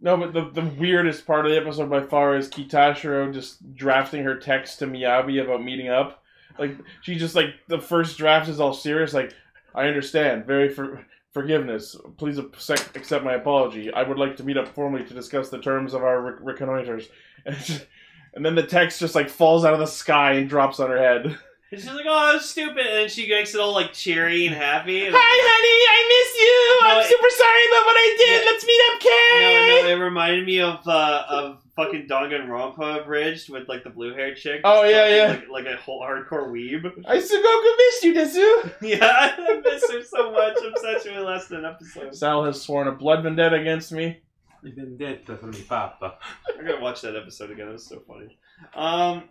No, but the, the weirdest part of the episode by far is Kitashiro just drafting her text to Miyabi about meeting up. Like she just like the first draft is all serious. Like I understand, very for Forgiveness. Please ac- accept my apology. I would like to meet up formally to discuss the terms of our re- reconnoiters. And, just- and then the text just like falls out of the sky and drops on her head.
And she's like, "Oh, that was stupid," and then she makes it all like cheery and happy. And
Hi, honey. I miss you. I'm
No, it-
super sorry about what I did. Let's meet up, Kay.
No, no, it reminded me of uh, of fucking Danganronpa abridged with like the blue haired chick.
Oh, yeah, yeah.
Like, like a whole hardcore weeb.
I Sugoku missed you, Desu.
yeah, I miss her so much. I'm such a less than an episode.
Sal has sworn a blood vendetta against me.
Vendetta from Papa. I'm gonna watch that episode again. It was so funny. Um,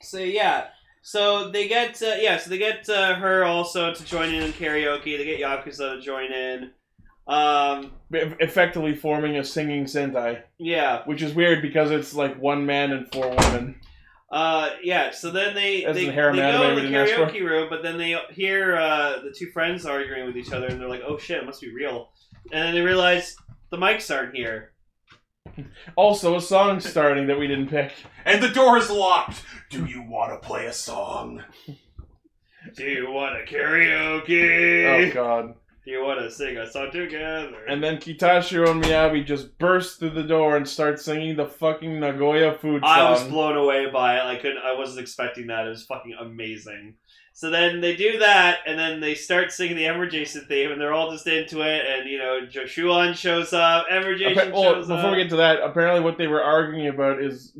so yeah, so they get uh, yeah, so they get uh, her also to join in in karaoke. They get Yakuza to join in. Um,
E- Effectively forming a singing Sentai.
yeah,
Which is weird because it's like one man and four women.
uh, yeah. So then they
That's
they,
the
they
harem anime
go
we
to the
didn't ask for.
karaoke room, but then they hear uh, the two friends arguing with each other, and they're like, "Oh shit, it must be real." And then they realize the mics aren't here.
Also, a song starting that we didn't pick.
And the door is locked. Do you want to play a song?
Do you want to karaoke?
Oh god.
Do you want to sing a song together?
And then Kitashiro and Miyabi just burst through the door and start singing the fucking Nagoya food song.
I was blown away by it. I couldn't. I wasn't expecting that. It was fucking amazing. So then they do that, and then they start singing the Ever Jason theme, and they're all just into it. And you know, Joshuan shows up, Ever Jason
Appa- well,
shows up.
before we get to that, apparently what they were arguing about is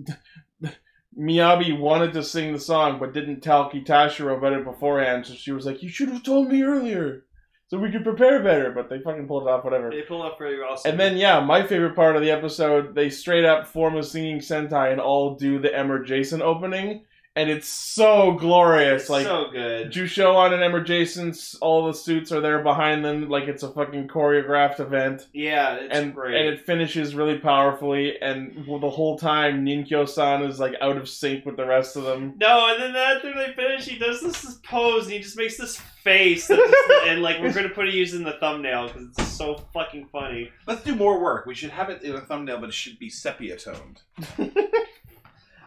Miyabi wanted to sing the song but didn't tell Kitashiro about it beforehand, so she was like, "You should have told me earlier, so we could prepare better." But they fucking pulled it off, whatever.
they pull up pretty awesome.
And then, yeah, my favorite part of the episode, they straight up form a singing Sentai and all do the Emmer Jason opening, and it's so glorious.
it's
like
so good.
Jusho on and Emmer Jason's, all the suits are there behind them, like it's a fucking choreographed event.
Yeah, it's
and
great.
and it finishes really powerfully, and well, the whole time Ninkyo-san is like out of sync with the rest of them.
no, and then after they finish, he does this, this pose, and he just makes this face, that just, and like we're gonna put it use in the thumbnail because it's so fucking funny.
Let's do more work. We should have it in a thumbnail, but it should be sepia toned.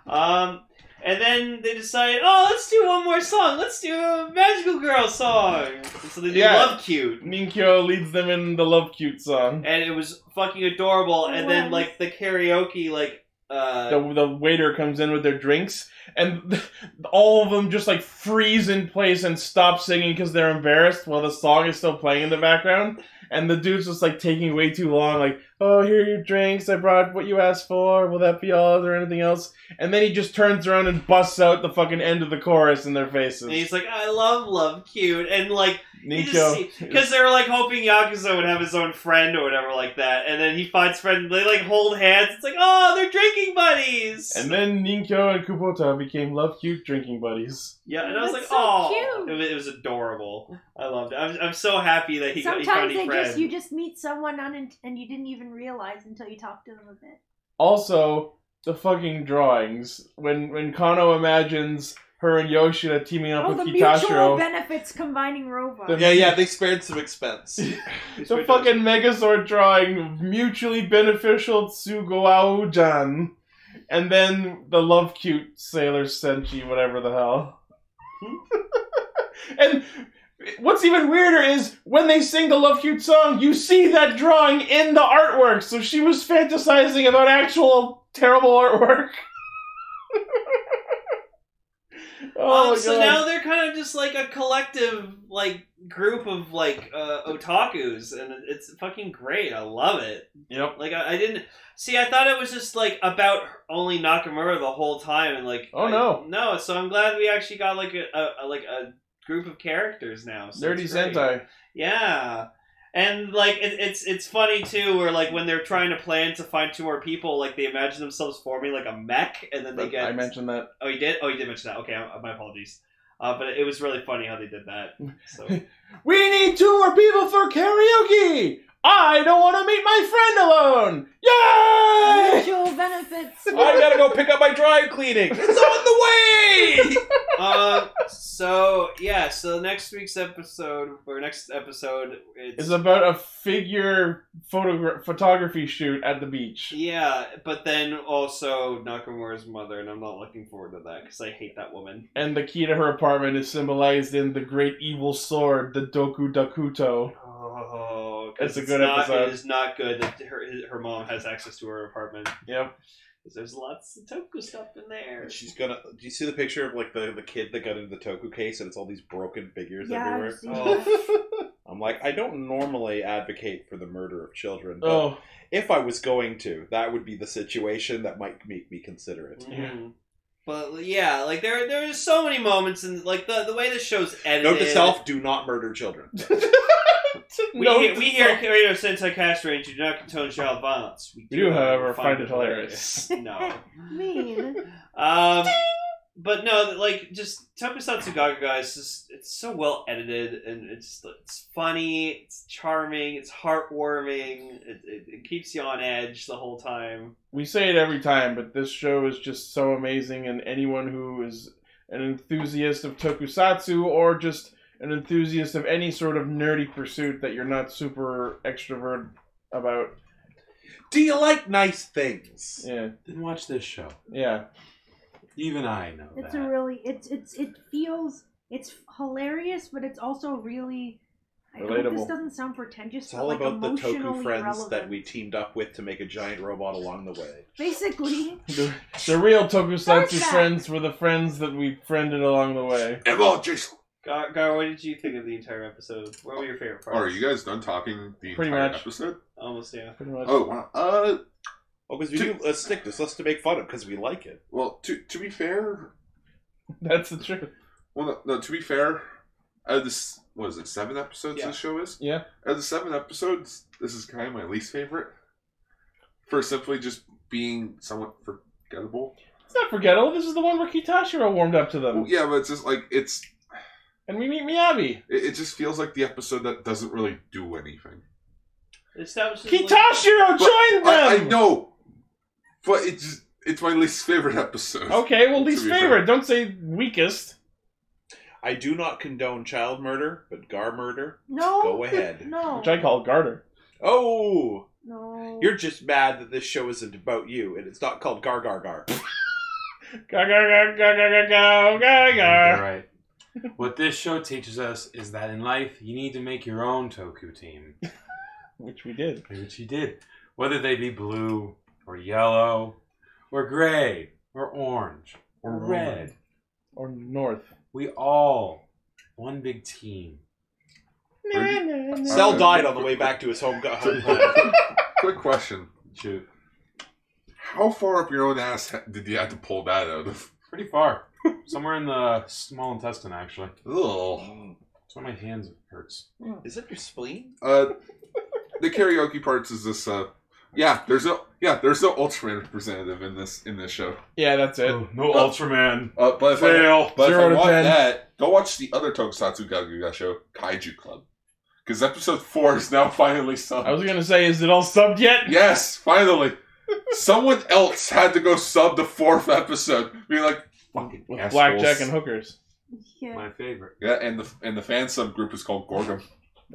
Um, and then they decide, oh, let's do one more song. Let's do a Magical Girl song. And so they do
Yeah.
Love Cute,
Ninkyo leads them in the Love Cute song.
and it was fucking adorable. And then like the karaoke, like uh,
the, the waiter comes in with their drinks and all of them just like freeze in place and stop singing because they're embarrassed while the song is still playing in the background and the dude's just like taking way too long like oh here are your drinks i brought what you asked for will that be all is there anything else and then he just turns around and busts out the fucking end of the chorus in their faces
and he's like, I love Love Cute, and like you just
Nico,
because they were like hoping Yakuza would have his own friend or whatever like that. And then he finds friend, they like hold hands. It's like, oh, they're drinking buddies.
and then Ninkyo and Kubota became love cute drinking buddies.
yeah, and I was like,
That's so
oh, it was, it was adorable. I loved it. I'm, I'm so happy that he got he found
Sometimes
a
they
friend.
just you just meet someone on and, and you didn't even realize until you talked to them a bit.
Also, the fucking drawings. When when Kano imagines her and Yoshida teaming up
oh, the
with
mutual
Kitashiro,
benefits combining robots.
The-
Yeah, yeah, they spared some expense.
the fucking Megazord drawing mutually beneficial Tsuguao-jan. And then the love cute Sailor Senshi, whatever the hell.
Hmm?
and what's even weirder is when they sing the love cute song, you see that drawing in the artwork. So she was fantasizing about actual terrible artwork. oh
um,
my
so
God.
now they're kind of just like a collective, like group of like uh, otakus, and it's fucking great. I love it.
Yep.
Like I, I didn't see. I thought it was just like about only Nakamura the whole time, and like
Oh,
I-
no.
no. So I'm glad we actually got like a, a, a like a group of characters now. So
Nerdy
it's great.
Sentai.
Yeah. And like it, it's it's funny too, where like when they're trying to plan to find two more people, like they imagine themselves forming like a mech, and then they get
I mentioned that.
Oh, you did? Oh, you did mention that. Okay, I, my apologies. Uh, but it was really funny how they did that. So
We need two more people for karaoke. I don't want to meet my friend alone. Yay!
Mutual benefits.
I gotta go pick up my dry cleaning. It's on the way.
uh, so yeah, so next week's episode or next episode it's,
It's about a figure photogra- photography shoot at the beach.
yeah, but then also Nakamura's mother, and I'm not looking forward to that because I hate that woman.
And the key to her apartment is symbolized in the great evil sword, the Doku Dakuto.
Oh,
It's a
It's
good
not,
episode.
It is not good that her her mom has access to her apartment.
Yep.
Because there's lots of toku stuff in there.
She's gonna. Do you see the picture of like the, the kid that got into the Toku case and it's all these broken figures
Yeah, I've
everywhere? Oh.
seen that.
I'm like, I don't normally advocate for the murder of children, but
Oh.
if I was going to, that would be the situation that might make me consider it.
Mm-hmm.
Mhm. But yeah, like there there's so many moments and like the the way this show's edited.
Note to self: do not murder children.
We,
Note
hear,
to
we hear Radio Sentai Cast Ranger do not condone child violence.
We do, however, find it hilarious.
no.
mean.
Um, but no, like just Tokusatsu Gaga Guy is just it's so well edited and it's just, it's funny, it's charming, it's heartwarming. It, it, it keeps you on edge the whole time.
we say it every time, but this show is just so amazing, and anyone who is an enthusiast of tokusatsu or just an enthusiast of any sort of nerdy pursuit that you're not super extrovert about.
Do you like nice things?
Yeah.
Then watch this show.
Yeah.
Even I know
It's
that.
a really it's it's it feels it's hilarious, but it's also really I hope
Relatable.
this doesn't sound pretentious,
It's
but
all
like
about the
emotionally
Toku friends
relevant.
that we teamed up with to make a giant robot along the way.
Basically,
The, the real
Start
tokusatsu
that.
friends were the friends that we friended along the way.
Gar, Gar, what did you think of the entire episode? What were your favorite parts?
Oh, Are you guys done talking the
Pretty
entire
much.
episode?
Almost, yeah.
Oh wow. Uh,
Oh, because we do. Let's stick this. Let's to make fun of because we like it.
well, to to be fair,
That's the truth.
well, no, no to be fair, out of this, what is it, seven episodes this show is?
Yeah.
Out of the seven episodes, this is kind of my least favorite. For simply just being somewhat forgettable.
It's not forgettable. This is the one where Kitashiro warmed up to them.
Well, yeah, but it's just like it's
And we meet Miyabi.
it, it just feels like the episode that doesn't really do anything.
Establishes
Kitashiro
But
joined
I, I
them!
know, but it's it's my least favorite episode.
okay, well,
To
least
be fair.
favorite. Don't say weakest.
I do not condone child murder, but gar murder.
no,
Go ahead.
no,
Which I call Garter.
Oh,
no.
you're just mad that this show isn't about you and it's not called Gar Gar Gar.
Go, go, go, go, go, go, go,
You're
go.
right. What this show teaches us is that in life, you need to make your own Toku team,
Which we did.
which you did. Whether they be blue, or yellow, or gray, or orange, or red.
Or North.
We all, one big team.
Cell died on the way back to his home. home planet.
Quick question:
Shoot.
How far up your own ass ha- did you have to pull that out of?
Pretty far. Somewhere in the small intestine, actually.
Ugh.
That's why my hands hurts.
Is that your spleen?
Uh, the karaoke parts is this. Uh, yeah, there's no yeah, there's no Ultraman representative in this in this show.
Yeah, that's it.
no Ultraman.
Uh, but if I,
Fail.
but if
Zero
I
to
want
ten.
that, go watch the other Tokusatsu Gakuga show, Kaiju Club, because episode four is now finally subbed.
I was gonna say, is it all subbed yet?
Yes, finally. Someone else had to go sub the fourth episode. Be like, fucking
With
assholes.
blackjack and hookers.
yeah.
My favorite.
yeah, and the and the fan sub group is called Gorgum.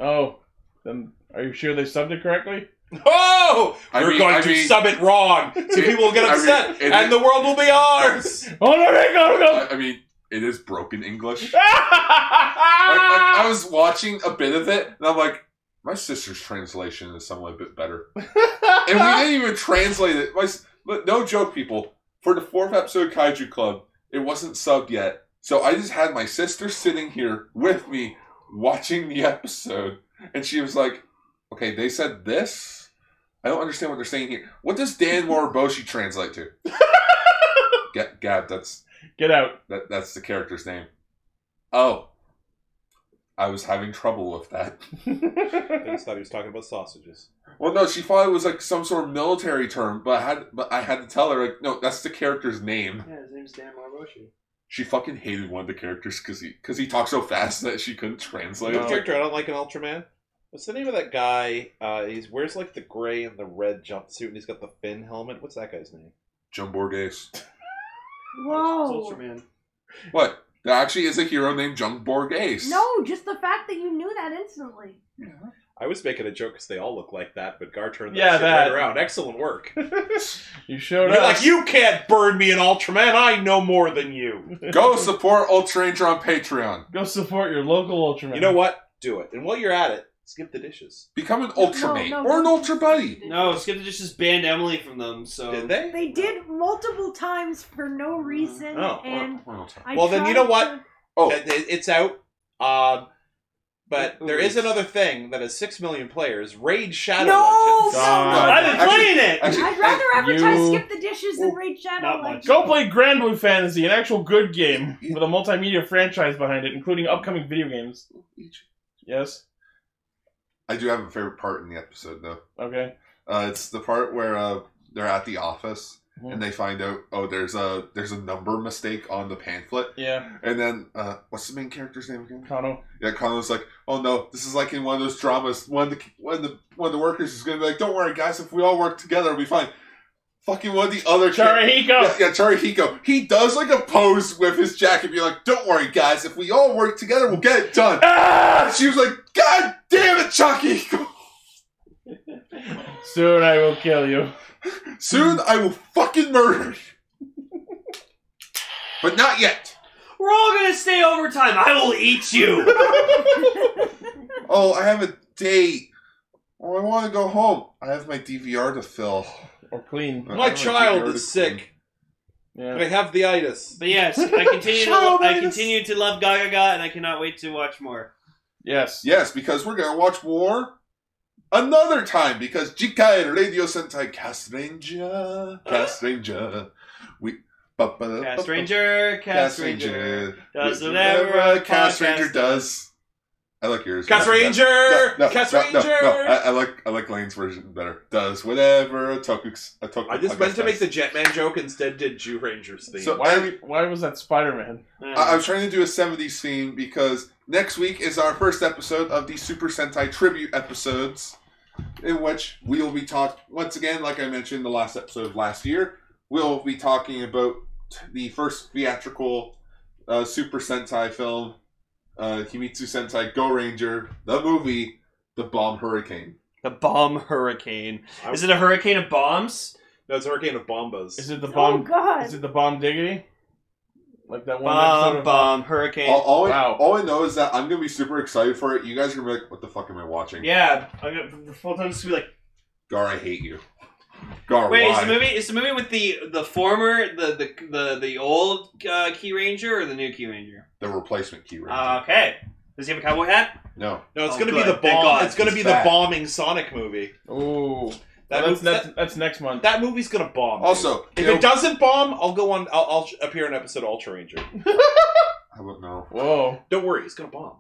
Oh, then are you sure they subbed it correctly?
Oh,
I
we're
mean-
going
I
to
mean-
sub it wrong, so
It-
people will get
I mean,
upset,
it-
and the world will be ours.
Oh no, no, no, no.
I, I mean, it is broken English. I, I,
I,
I was watching a bit of it, and I'm like, my sister's translation is somewhat a bit better. And we didn't even translate it. My, s- but no joke, people. For the fourth episode of Kaiju Club, it wasn't subbed yet. So I just had my sister sitting here with me watching the episode. And she was like, okay, they said this? I don't understand what they're saying here. What does Dan Moriboshi translate to? Ga- Gab, that's
Get out.
that, that's the character's name. Oh. I was having trouble with that.
I just thought he was talking about sausages.
Well, no, she thought it was like some sort of military term, but I had but I had to tell her like, no, that's the character's name.
Yeah, his name's Dan Moroshi.
She fucking hated one of the characters because he because he talked so fast that she couldn't translate.
Good
it.
character I don't like an Ultraman. What's the name of that guy? Uh, he's wears like the gray and the red jumpsuit, and he's got the fin helmet. What's that guy's name?
John Borges.
It's
Whoa.
Ultraman.
What? There actually is a hero named John Borges.
No, just the fact that you knew that instantly.
I was making a joke because they all look like that, but Gar turned that
Yeah,
shit
that.
right around. Excellent work.
You showed
You're
us.
like, you can't burn me an Ultraman. I know more than you.
Go support Ultra Ranger on Patreon.
Go support your local Ultraman.
You know what? Do it. And while you're at it, Skip the dishes.
Become an
Ultramate No, no, or an no.
Ultra Buddy.
No, Skip the Dishes banned Emily from them. So
Did they?
They did multiple times for no reason,
Oh,
and I
well, then you
tried
know what?
to-
Oh, it's out. Um, but there is another thing that has six million players: Raid Shadow.
No,
Legends.
no, no.
I've been playing it.
I'd rather advertise
you-
skip the dishes
Oh,
than raid Shadow Legends.
Go play Grand Blue Fantasy, an actual good game with a multimedia franchise behind it, including upcoming video games. Yes.
I do have a favorite part in the episode though.
Okay.
Uh, it's the part where uh, they're at the office and they find out oh there's a there's a number mistake on the pamphlet.
Yeah.
And then uh, what's the main character's name again?
Kano.
Yeah, Kano's like, oh no, this is like in one of those dramas. One of the one of the one of the workers is gonna be like, don't worry guys, if we all work together, we'll be fine. Fucking one of the other
Charihiko.
Yeah, yeah, Charihiko. He does like a pose with his jacket, be like, "Don't worry, guys. If we all work together, we'll get it done." She was like, "God damn it, Chucky!
Soon I will kill you.
Soon I will fucking murder you." but not yet.
We're all gonna stay overtime. I will eat you.
Oh, I have a date. Oh, I want to go home. I have my DVR to fill.
Or clean.
My child is sick. I have the itis.
But yes, I continue. to,
Child
I
minus-
continue to love Gaga, Gaga, and I cannot wait to watch more.
Yes.
Yes, because we're gonna watch more another time because Jikai Radio Sentai Cast Ranger, Cast Ranger, we.
Cast
Cast
Ranger, Cast Ranger. Does
We-
whatever a
Cast
podcast-
Ranger does. I like yours.
Cast
No, no,
Ranger!
no, no,
Cast
no, no,
Ranger!
No, I, I like I like Lane's version better. Does whatever a tokus a tokus.
I just meant to make the Jetman joke instead. Did Jew Rangers theme?
So
Why,
I,
why was that Spider Man?
I, I was trying to do a '70s theme because next week is our first episode of the Super Sentai tribute episodes, in which we will be talking once again, like I mentioned the last episode of last year. We'll be talking about the first theatrical uh, Super Sentai film, uh, Kimitsu Sentai Go Ranger, the movie, The Bomb Hurricane.
The bomb hurricane. Is it a hurricane of bombs?
No, it's a hurricane of bombas.
Is it the
Oh
bomb?
God!
is it the bomb diggity? Like that one episode
Bomb,
of
bomb, hurricane.
All, all,
Wow.
I, all I know is that I'm gonna be super excited for it. You guys are gonna be like, "What the fuck am I watching?"
Yeah, I got the full time. Just be like,
Gar, I hate you. Gar,
wait,
why?
is the movie is the movie with the the former the the the, the old uh, Key Ranger or the new Key Ranger?
the replacement key ranger.
Uh, okay. Does he have a cowboy hat?
no,
no, it's
Oh,
gonna
good.
be the
Thank
bomb.
God.
It's gonna
He's
be
back.
the bombing Sonic movie.
Ooh.
That,
Well,
mov-
that's, that's,
that,
that's next month.
that movie's gonna bomb. dude.
Also,
if
Kyo-
it doesn't bomb, I'll go on. I'll, I'll sh- appear in episode Ultra Ranger.
I don't know.
Whoa.
Don't worry, it's gonna bomb.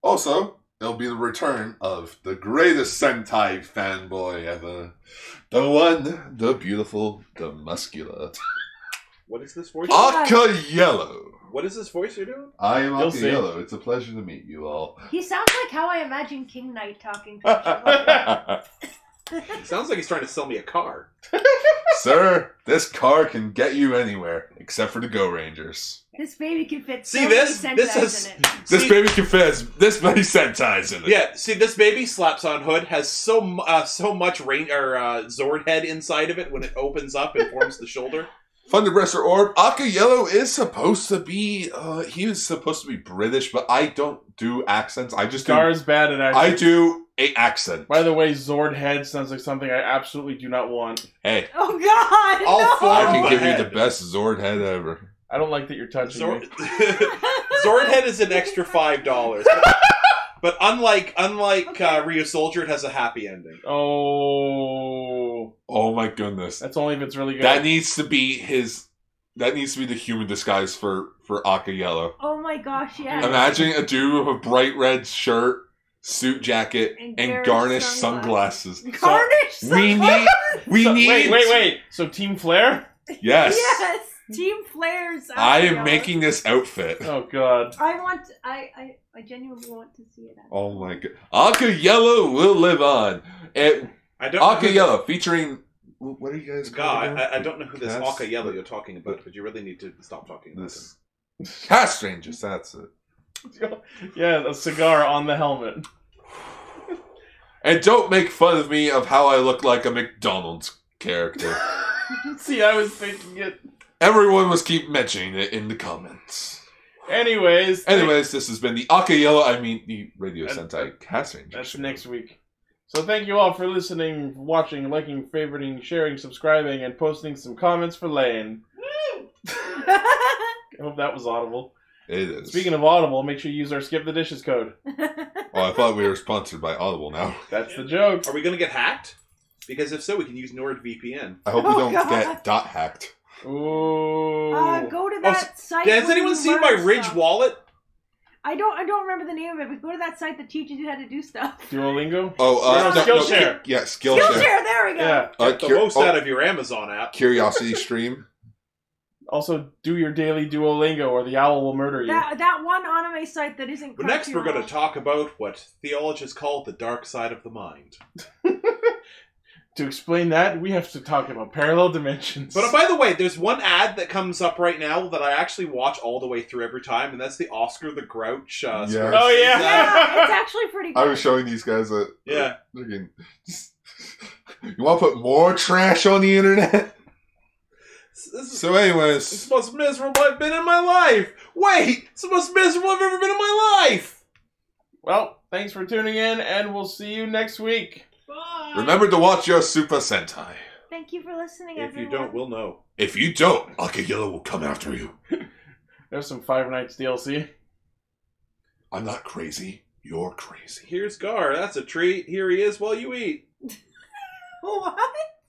Also, it'll be the return of the greatest Sentai fanboy ever, the one, the beautiful, the muscular
What is this voice?
Aka Yellow.
What is this voice you're doing?
I am
You'll
Aka
see.
Yellow. It's a pleasure to meet you all.
He sounds like how I imagine King Knight talking.
It sounds like he's trying to sell me a car.
Sir, this car can get you anywhere except for the Go Rangers.
This baby can fit.
See
so
this?
Many
This
Sentai's
is-
in it.
This
See-
baby can fit as- this many Sentai's in it.
Yeah, see, this baby slaps on hood has so mu- uh, so much rain or uh, Zord head inside of it when it opens up and forms the shoulder.
Thunderbreaster Orb, Aka Yellow is supposed to be uh he was supposed to be British, but I don't do accents. I just do
Star is bad at
I
acting.
do a accent.
By the way, Zord head sounds like something I absolutely do not want.
Hey,
Oh God!
All
no!
four-
I
Oh,
can give you
head.
the best Zord head ever.
I don't like that you're touching
Zord,
me.
Zord head is an extra five dollars, but unlike unlike uh, Ryu Soldier, it has a happy ending.
Oh,
Oh my goodness.
that's only if it's really good.
That needs to be his that needs to be the human disguise for for Aka Yellow.
Oh my gosh! Yeah.
Imagine a dude with a bright red shirt, suit jacket,
And
and,
garnished
garnished
sunglasses.
sunglasses.
Garnish.
We need we
So-
need
Wait, wait, wait. So Team Flare?
Yes.
Yes. Team Flares.
I
Abigail.
am making this outfit.
Oh God.
I want. I. I. I genuinely want to see it.
Oh my god. Aka Yellow will live on. And
I don't. know
Aka
who-
Yellow featuring. What are you guys
God,
called?
I, I don't know who this
Cast-
Aka Yellow you're talking about, but you really need to stop talking about this.
This. Cast Rangers, that's it.
Yeah, a cigar on the helmet.
And don't make fun of me of how I look like a McDonald's character.
See, I was thinking it.
Everyone was keep mentioning it in the comments.
Anyways,
Anyways, this has been the Akayello, I mean the Radio Sentai Cast Ranger.
That's next week. So thank you all for listening, watching, liking, favoriting, sharing, subscribing, and posting some comments for Lane.
uh,
I hope that was audible.
It is.
Speaking of audible, make sure you use our skip the dishes code.
Oh, I thought we were sponsored by Audible now.
That's the joke.
Are we going to get hacked? Because if so, we can use NordVPN.
I hope we don't get dot hacked.
Ooh.
Uh, go to
Oh,
that site.
Has
where
anyone
you
seen
learn
my Ridge
stuff.
wallet?
I don't. I don't remember the name of it. But go to that site that teaches you how to do stuff.
Duolingo.
Oh, uh,
No,
no, no,
Skillshare.
yeah, Skillshare.
Skillshare, there we go.
Yeah.
Uh,
Get the
cur-
most
oh.
out of your Amazon app.
Curiosity Stream.
Also, do your daily Duolingo, or the owl will murder you.
That that one anime site that isn't.
But next, we're going
crunchyroll.
to talk about what theologians call the dark side of the mind.
To explain that, we have to talk about parallel dimensions.
But by the way, there's one ad that comes up right now that I actually watch all the way through every time, and that's the Oscar the Grouch. Uh,
Yes.
Scorsese
Oh,
ad.
Yeah, it's actually pretty. Good.
I was showing these guys that.
Yeah.
Freaking, you want to put more trash on the internet?
This is,
So,
this is
anyways,
the most miserable I've been in my life. Wait, it's the most miserable I've ever been in my life.
Well, thanks for tuning in, and we'll see you next week.
remember to watch your Super Sentai.
Thank you for listening,
If you
everyone.
don't, we'll know.
If you don't, Akagilla will come after you.
There's some Five Nights DLC.
I'm not crazy. You're crazy.
Here's Gar. That's a treat. Here he is while you eat.
What?